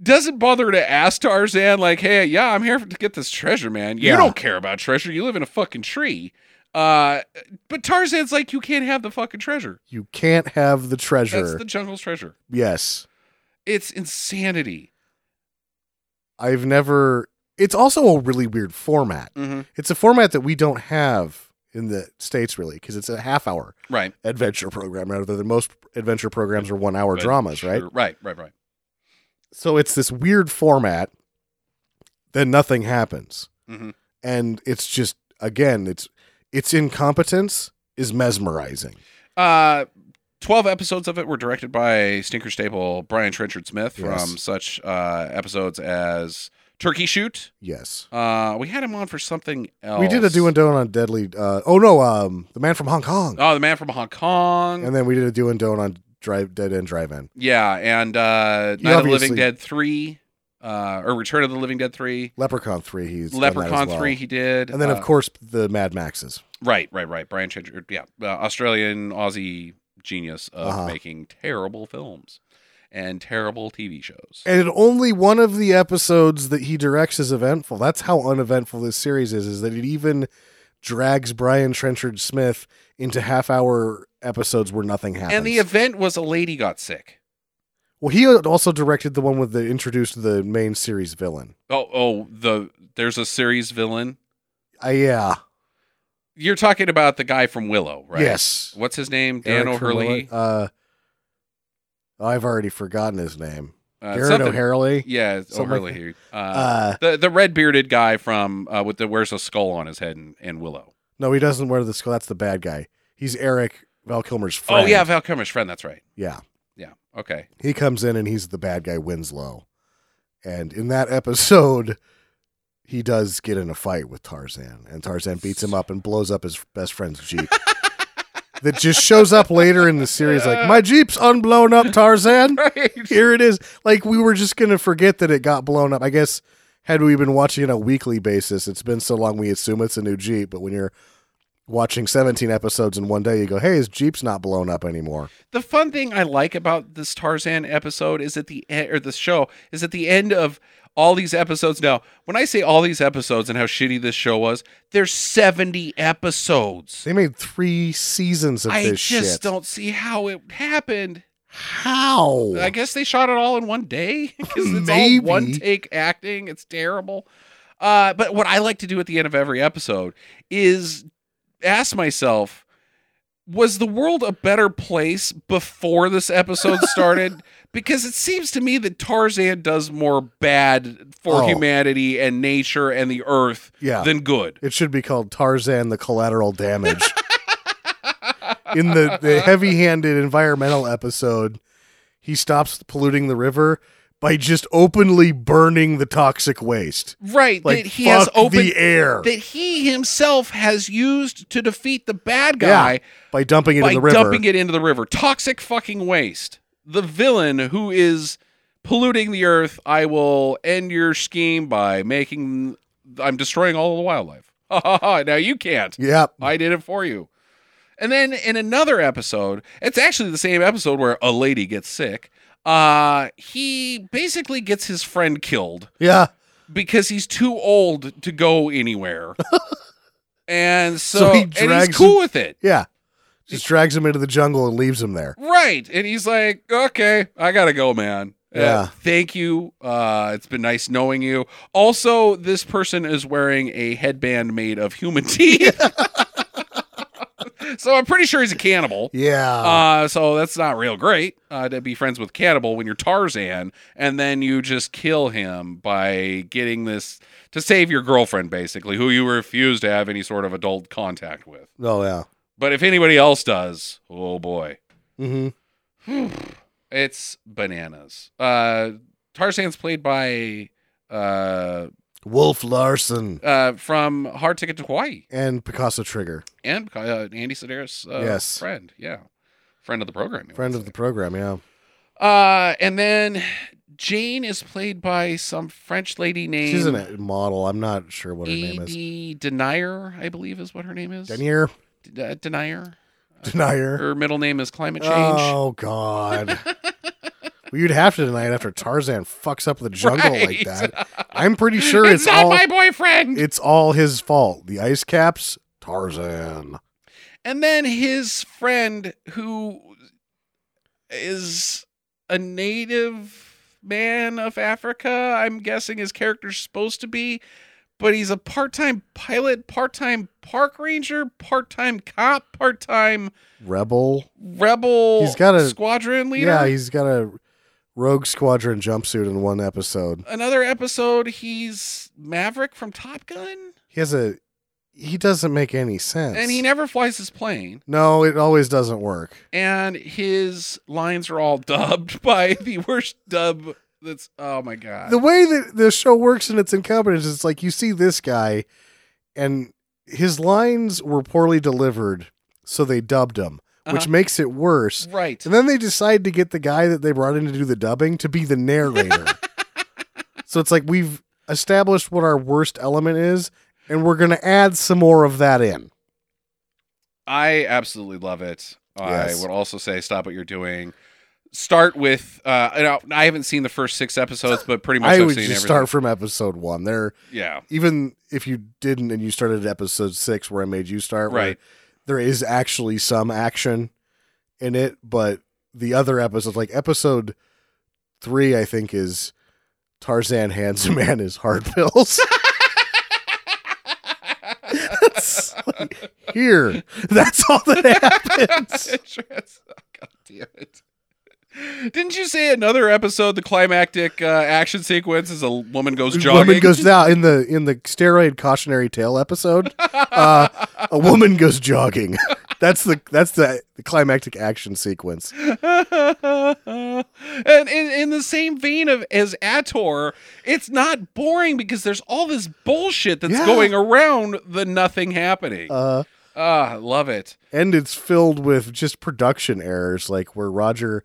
[SPEAKER 1] doesn't bother to ask Tarzan, like, hey, yeah, I'm here to get this treasure, man. You
[SPEAKER 7] Yeah.
[SPEAKER 1] don't care about treasure. You live in a fucking tree. Uh, but Tarzan's like, you can't have the fucking treasure.
[SPEAKER 7] You can't have the treasure.
[SPEAKER 1] That's the jungle's treasure.
[SPEAKER 7] yes.
[SPEAKER 1] It's insanity.
[SPEAKER 7] I've never. It's also a really weird format.
[SPEAKER 1] Mhm.
[SPEAKER 7] It's a format that we don't have in the States, really, because it's a half hour
[SPEAKER 1] Right.
[SPEAKER 7] adventure program rather than most adventure programs are one hour dramas, right?
[SPEAKER 1] Right, right, right.
[SPEAKER 7] So it's this weird format. Then nothing happens,
[SPEAKER 1] Mhm.
[SPEAKER 7] and it's just again, it's its incompetence is mesmerizing.
[SPEAKER 1] Uh, 12 episodes of it were directed by Stinker Staple, Brian Trenchard Smith
[SPEAKER 7] Yes.
[SPEAKER 1] from such uh, episodes as Turkey Shoot.
[SPEAKER 7] Yes,
[SPEAKER 1] Uh, we had him on for something else.
[SPEAKER 7] we did a do and don't on Deadly. Uh, oh no, um, the man from Hong Kong,
[SPEAKER 1] Oh, The Man from Hong Kong.
[SPEAKER 7] and then we did a do and don't on Drive Dead End Drive In.
[SPEAKER 1] yeah, and uh,
[SPEAKER 7] You
[SPEAKER 1] Night of the Living
[SPEAKER 7] obviously-
[SPEAKER 1] Dead 3, uh, or Return of the Living Dead 3.
[SPEAKER 7] Leprechaun three, he's done that as
[SPEAKER 1] Leprechaun
[SPEAKER 7] well.
[SPEAKER 1] 3 he did.
[SPEAKER 7] and then
[SPEAKER 1] Uh,
[SPEAKER 7] of course the Mad Maxes.
[SPEAKER 1] Right, right, right. Brian Chidger, yeah, uh, Australian Aussie genius of
[SPEAKER 7] Uh-huh.
[SPEAKER 1] making terrible films and terrible TV shows.
[SPEAKER 7] And only one of the episodes that he directs is eventful. That's how uneventful this series is, is that it even drags Brian Trenchard Smith into half hour episodes where nothing happens.
[SPEAKER 1] And the event was a lady got sick.
[SPEAKER 7] well, he uh, also directed the one with the introduced the main series villain.
[SPEAKER 1] Oh, oh, the there's a series villain.
[SPEAKER 7] Uh, yeah.
[SPEAKER 1] You're talking about the guy from Willow, right?
[SPEAKER 7] Yes.
[SPEAKER 1] What's his name? Dan
[SPEAKER 7] Eric
[SPEAKER 1] O'Hurley.
[SPEAKER 7] Tremolo- Uh, I've already forgotten his name.
[SPEAKER 1] Uh,
[SPEAKER 7] Garrett
[SPEAKER 1] something-
[SPEAKER 7] O'Hurley.
[SPEAKER 1] Yeah, it's
[SPEAKER 7] Something like
[SPEAKER 1] O'Hurley. Uh,
[SPEAKER 7] Uh,
[SPEAKER 1] the the red bearded guy from uh, with the wears a skull on his head and, and Willow.
[SPEAKER 7] No, he doesn't wear the skull. That's the bad guy. He's Eric Val Kilmer's friend.
[SPEAKER 1] Oh yeah, Val Kilmer's friend. That's right.
[SPEAKER 7] Yeah.
[SPEAKER 1] Yeah. Okay. [LAUGHS]
[SPEAKER 7] he comes in and he's the bad guy Winslow. And in that [LAUGHS] episode, he does get in a fight with Tarzan, and Tarzan beats him up and blows up his best friend's
[SPEAKER 1] [LAUGHS]
[SPEAKER 7] Jeep. that just shows up later in the series like, My Jeep's unblown up, Tarzan.
[SPEAKER 1] [LAUGHS]
[SPEAKER 7] Here it is. Like, we were just going to forget that it got blown up. I guess, had we been watching it on a weekly basis, it's been so long we assume it's a new Jeep, but when you're watching 17 episodes in one day, you go, Hey, his Jeep's not blown up anymore.
[SPEAKER 1] The fun thing I like about this Tarzan episode is at the end, or this show is at the end of all these episodes. Now, when I say all these episodes and how shitty this show was, there's 70 episodes.
[SPEAKER 7] They made three seasons of
[SPEAKER 1] I
[SPEAKER 7] this
[SPEAKER 1] just
[SPEAKER 7] shit.
[SPEAKER 1] don't see how it happened.
[SPEAKER 7] How?
[SPEAKER 1] I guess they shot it all in one day [LAUGHS] because it's
[SPEAKER 7] Maybe.
[SPEAKER 1] all one take acting. It's terrible. Uh, but what I like to do at the end of every episode is ask myself, was the world a better place before this
[SPEAKER 7] [LAUGHS]
[SPEAKER 1] episode started? because it seems to me that Tarzan does more bad for
[SPEAKER 7] Oh.
[SPEAKER 1] humanity and nature and the earth
[SPEAKER 7] Yeah.
[SPEAKER 1] than good.
[SPEAKER 7] it should be called Tarzan the
[SPEAKER 1] [LAUGHS]
[SPEAKER 7] Collateral Damage. In the, the heavy handed environmental episode, he stops polluting the river by just openly burning the toxic waste.
[SPEAKER 1] Right,
[SPEAKER 7] Like,
[SPEAKER 1] that he has
[SPEAKER 7] fuck
[SPEAKER 1] open
[SPEAKER 7] the air.
[SPEAKER 1] that he himself has used to defeat the bad
[SPEAKER 7] Yeah,
[SPEAKER 1] guy
[SPEAKER 7] by dumping it
[SPEAKER 1] by
[SPEAKER 7] in the river.
[SPEAKER 1] dumping it into the river. Toxic fucking waste. The villain who is polluting the earth. I will end your scheme by making. I'm destroying all the wildlife. [LAUGHS] Ha ha ha! Now you can't.
[SPEAKER 7] Yep.
[SPEAKER 1] I did it for you. And then in another episode, it's actually the same episode where a lady gets sick. Uh, he basically gets his friend killed
[SPEAKER 7] Yeah.
[SPEAKER 1] because he's too old to go
[SPEAKER 7] [LAUGHS]
[SPEAKER 1] anywhere. and so,
[SPEAKER 7] So he
[SPEAKER 1] and
[SPEAKER 7] drags
[SPEAKER 1] he's cool
[SPEAKER 7] him-
[SPEAKER 1] with it.
[SPEAKER 7] Yeah. Just drags him into the jungle and leaves him there.
[SPEAKER 1] Right. And he's like, okay, I got to go, man. Uh,
[SPEAKER 7] Yeah.
[SPEAKER 1] thank you. Uh, it's been nice knowing you. Also, this person is wearing a headband made of human [LAUGHS] teeth. so I'm pretty sure he's a cannibal.
[SPEAKER 7] Yeah.
[SPEAKER 1] Uh, so that's not real great uh, to be friends with Cannibal when you're Tarzan, and then you just kill him by getting this to save your girlfriend, basically, who you refuse to have any sort of adult contact with.
[SPEAKER 7] oh yeah.
[SPEAKER 1] But if anybody else does, oh boy,
[SPEAKER 7] Mm-hmm.
[SPEAKER 1] it's bananas. Uh, Tarzan's played by uh,
[SPEAKER 7] Wolf Larson
[SPEAKER 1] uh, from Hard Ticket to Hawaii
[SPEAKER 7] and Picasso Trigger,
[SPEAKER 1] and uh, Andy Sedaris' uh,
[SPEAKER 7] Yes.
[SPEAKER 1] friend, yeah, friend of the program, you
[SPEAKER 7] friend
[SPEAKER 1] would
[SPEAKER 7] of the program. Yeah.
[SPEAKER 1] Uh, and then Jane is played by some French lady named
[SPEAKER 7] She's an a model. I'm not sure what her name is.
[SPEAKER 1] E.D. Denier, I believe is what her name is.
[SPEAKER 7] Denier.
[SPEAKER 1] D- uh, Denier.
[SPEAKER 7] Denier.
[SPEAKER 1] Her middle name is Climate Change.
[SPEAKER 7] Oh
[SPEAKER 1] [LAUGHS]
[SPEAKER 7] God. well, you'd have to deny it after Tarzan fucks up the jungle
[SPEAKER 1] [LAUGHS]
[SPEAKER 7] like
[SPEAKER 1] Right.
[SPEAKER 7] that. I'm pretty sure
[SPEAKER 1] it's,
[SPEAKER 7] it's,
[SPEAKER 1] not
[SPEAKER 7] all
[SPEAKER 1] my boyfriend.
[SPEAKER 7] it's all his fault. The ice caps, Tarzan.
[SPEAKER 1] and then his friend, who is a native man of Africa, I'm guessing his character's supposed to be, but he's a part time pilot, part time park ranger, part time cop, part time
[SPEAKER 7] Rebel.
[SPEAKER 1] rebel
[SPEAKER 7] He's got a-
[SPEAKER 1] squadron leader.
[SPEAKER 7] Yeah, he's got a rogue squadron jumpsuit in one episode.
[SPEAKER 1] Another episode, he's Maverick from Top Gun,
[SPEAKER 7] He has a he doesn't make any sense.
[SPEAKER 1] and he never flies his plane.
[SPEAKER 7] No, it always doesn't work.
[SPEAKER 1] And his lines are all [LAUGHS] dubbed by the worst dub. That's oh my god.
[SPEAKER 7] The way that the show works in its incompetence is like you see this guy and his lines were poorly delivered, so they dubbed him, which
[SPEAKER 1] Uh-huh.
[SPEAKER 7] makes it worse.
[SPEAKER 1] right.
[SPEAKER 7] And then they decide to get the guy that they brought in to do the dubbing to be
[SPEAKER 1] [LAUGHS]
[SPEAKER 7] the narrator. so it's like we've established what our worst element is, and we're going to add some more of that in.
[SPEAKER 1] I absolutely love it.
[SPEAKER 7] Yes.
[SPEAKER 1] I would also say stop what you're doing. Start with uh you know, I haven't seen the first six episodes, but pretty much
[SPEAKER 7] I
[SPEAKER 1] have
[SPEAKER 7] would just
[SPEAKER 1] seen everything.
[SPEAKER 7] start from episode one. There, [LAUGHS]
[SPEAKER 1] yeah.
[SPEAKER 7] even if you didn't and you started at episode six where I made you start, where
[SPEAKER 1] Right.
[SPEAKER 7] there is actually some action in it, but the other episodes, like episode three, I think is Tarzan hands a man his
[SPEAKER 1] [LAUGHS]
[SPEAKER 7] hard pills. It's like, here, that's all that
[SPEAKER 1] [LAUGHS]
[SPEAKER 7] happens.
[SPEAKER 1] Interest- oh, [LAUGHS] God damn it. Didn't you say another episode? The climactic uh, action sequence is a woman goes jogging.
[SPEAKER 7] Woman goes down in the in the steroid cautionary tale episode. Uh, a woman goes jogging. [LAUGHS] That's the that's the, the climactic action
[SPEAKER 1] [LAUGHS]
[SPEAKER 7] sequence.
[SPEAKER 1] and in, in the same vein of as Ator, it's not boring because there's all this bullshit that's
[SPEAKER 7] Yeah.
[SPEAKER 1] going around the nothing happening.
[SPEAKER 7] Uh,
[SPEAKER 1] Ah, love it.
[SPEAKER 7] and it's filled with just production errors, like where Roger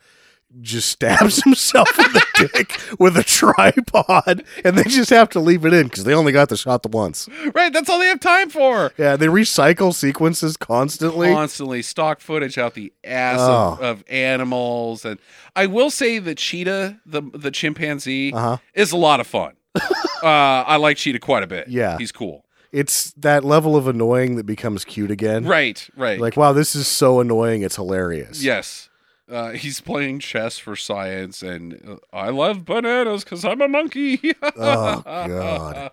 [SPEAKER 7] just stabs [LAUGHS] himself in the dick with a tripod, and they just have to leave it in because they only got the shot the once.
[SPEAKER 1] Right, that's all they have time for.
[SPEAKER 7] Yeah, they recycle sequences constantly.
[SPEAKER 1] Constantly stock footage out the ass of,
[SPEAKER 7] Oh.
[SPEAKER 1] of animals, and I will say the cheetah, the the chimpanzee,
[SPEAKER 7] Uh huh.
[SPEAKER 1] is a lot of
[SPEAKER 7] [LAUGHS]
[SPEAKER 1] fun. uh, I like Cheetah quite a bit.
[SPEAKER 7] Yeah.
[SPEAKER 1] he's cool.
[SPEAKER 7] It's that level of annoying that becomes cute again.
[SPEAKER 1] Right, right.
[SPEAKER 7] Like, wow, this is so annoying. It's hilarious.
[SPEAKER 1] yes, uh, he's playing chess for science, and uh, I love bananas because I'm a monkey. [LAUGHS]
[SPEAKER 7] Oh God.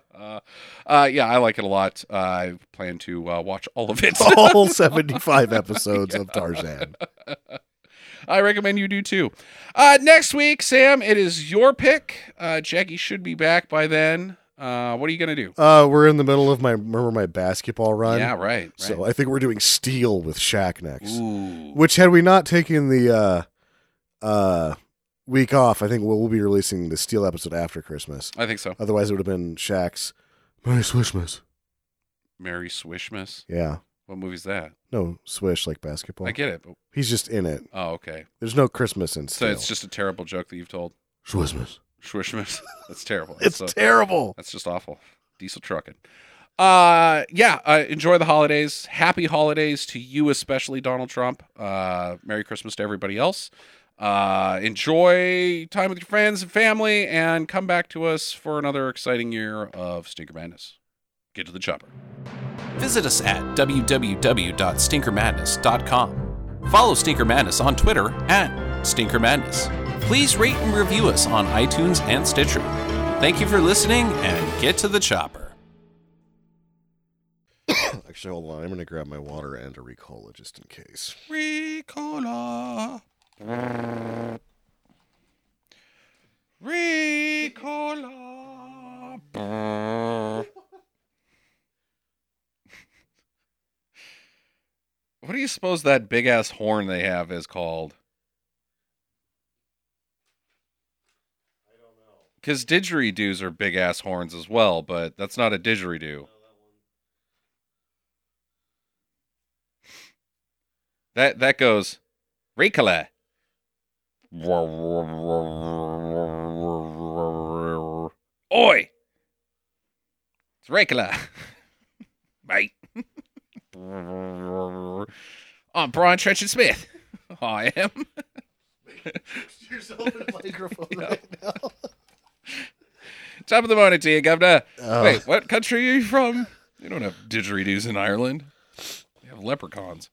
[SPEAKER 1] Uh, yeah, I like it a lot. Uh, I plan to uh, watch all of it.
[SPEAKER 7] [LAUGHS]
[SPEAKER 1] [LAUGHS]
[SPEAKER 7] All seventy-five episodes of Tarzan.
[SPEAKER 1] I recommend you do too. Uh, next week, Sam, it is your pick. Uh, Jackie should be back by then. Uh, what are you gonna do?
[SPEAKER 7] Uh, we're in the middle of my remember my basketball run.
[SPEAKER 1] yeah, right. right.
[SPEAKER 7] So I think we're doing Steel with Shaq next.
[SPEAKER 1] Ooh.
[SPEAKER 7] Which had we not taken the uh uh week off, I think we'll, we'll be releasing the Steel episode after Christmas.
[SPEAKER 1] I think so.
[SPEAKER 7] Otherwise, it would have been Shaq's Merry Swishmas.
[SPEAKER 1] Merry Swishmas.
[SPEAKER 7] Yeah.
[SPEAKER 1] What movie's that?
[SPEAKER 7] No, swish like basketball.
[SPEAKER 1] I get it. But,
[SPEAKER 7] He's just in it.
[SPEAKER 1] oh, okay.
[SPEAKER 7] There's no Christmas in
[SPEAKER 1] So
[SPEAKER 7] Steel.
[SPEAKER 1] it's just a terrible joke that you've told.
[SPEAKER 7] Swishmas.
[SPEAKER 1] Swishmas. [LAUGHS] That's terrible. That's
[SPEAKER 7] It's
[SPEAKER 1] so-
[SPEAKER 7] terrible.
[SPEAKER 1] That's just awful. Diesel trucking. Uh yeah, uh, enjoy the holidays. Happy holidays to you especially Donald Trump. Uh Merry Christmas to everybody else. Uh enjoy time with your friends and family and come back to us for another exciting year of Stinker Madness. Get to the chopper.
[SPEAKER 5] Visit us at www.stinkermadness.com. Follow Stinker Madness on Twitter at Stinker Madness. Please rate and review us on iTunes and Stitcher. Thank you for listening and get to the chopper.
[SPEAKER 7] Actually, hold on. I'm going to grab my water and a Ricola just in case.
[SPEAKER 1] [LAUGHS] Ricola. Ricola. What do you suppose that big ass horn they have is called? I don't know. Because didgeridoos are big ass horns as well, but that's not a didgeridoo. That that goes Ricola. Oi. It's Ricola. [LAUGHS] Mate. [LAUGHS] I'm Brian Trenchard Smith. [LAUGHS] I am.
[SPEAKER 7] Oh,
[SPEAKER 1] Top of the morning to you, Governor.
[SPEAKER 7] Oh.
[SPEAKER 1] Wait, what country are you from? You don't have didgeridoos in Ireland. They have leprechauns.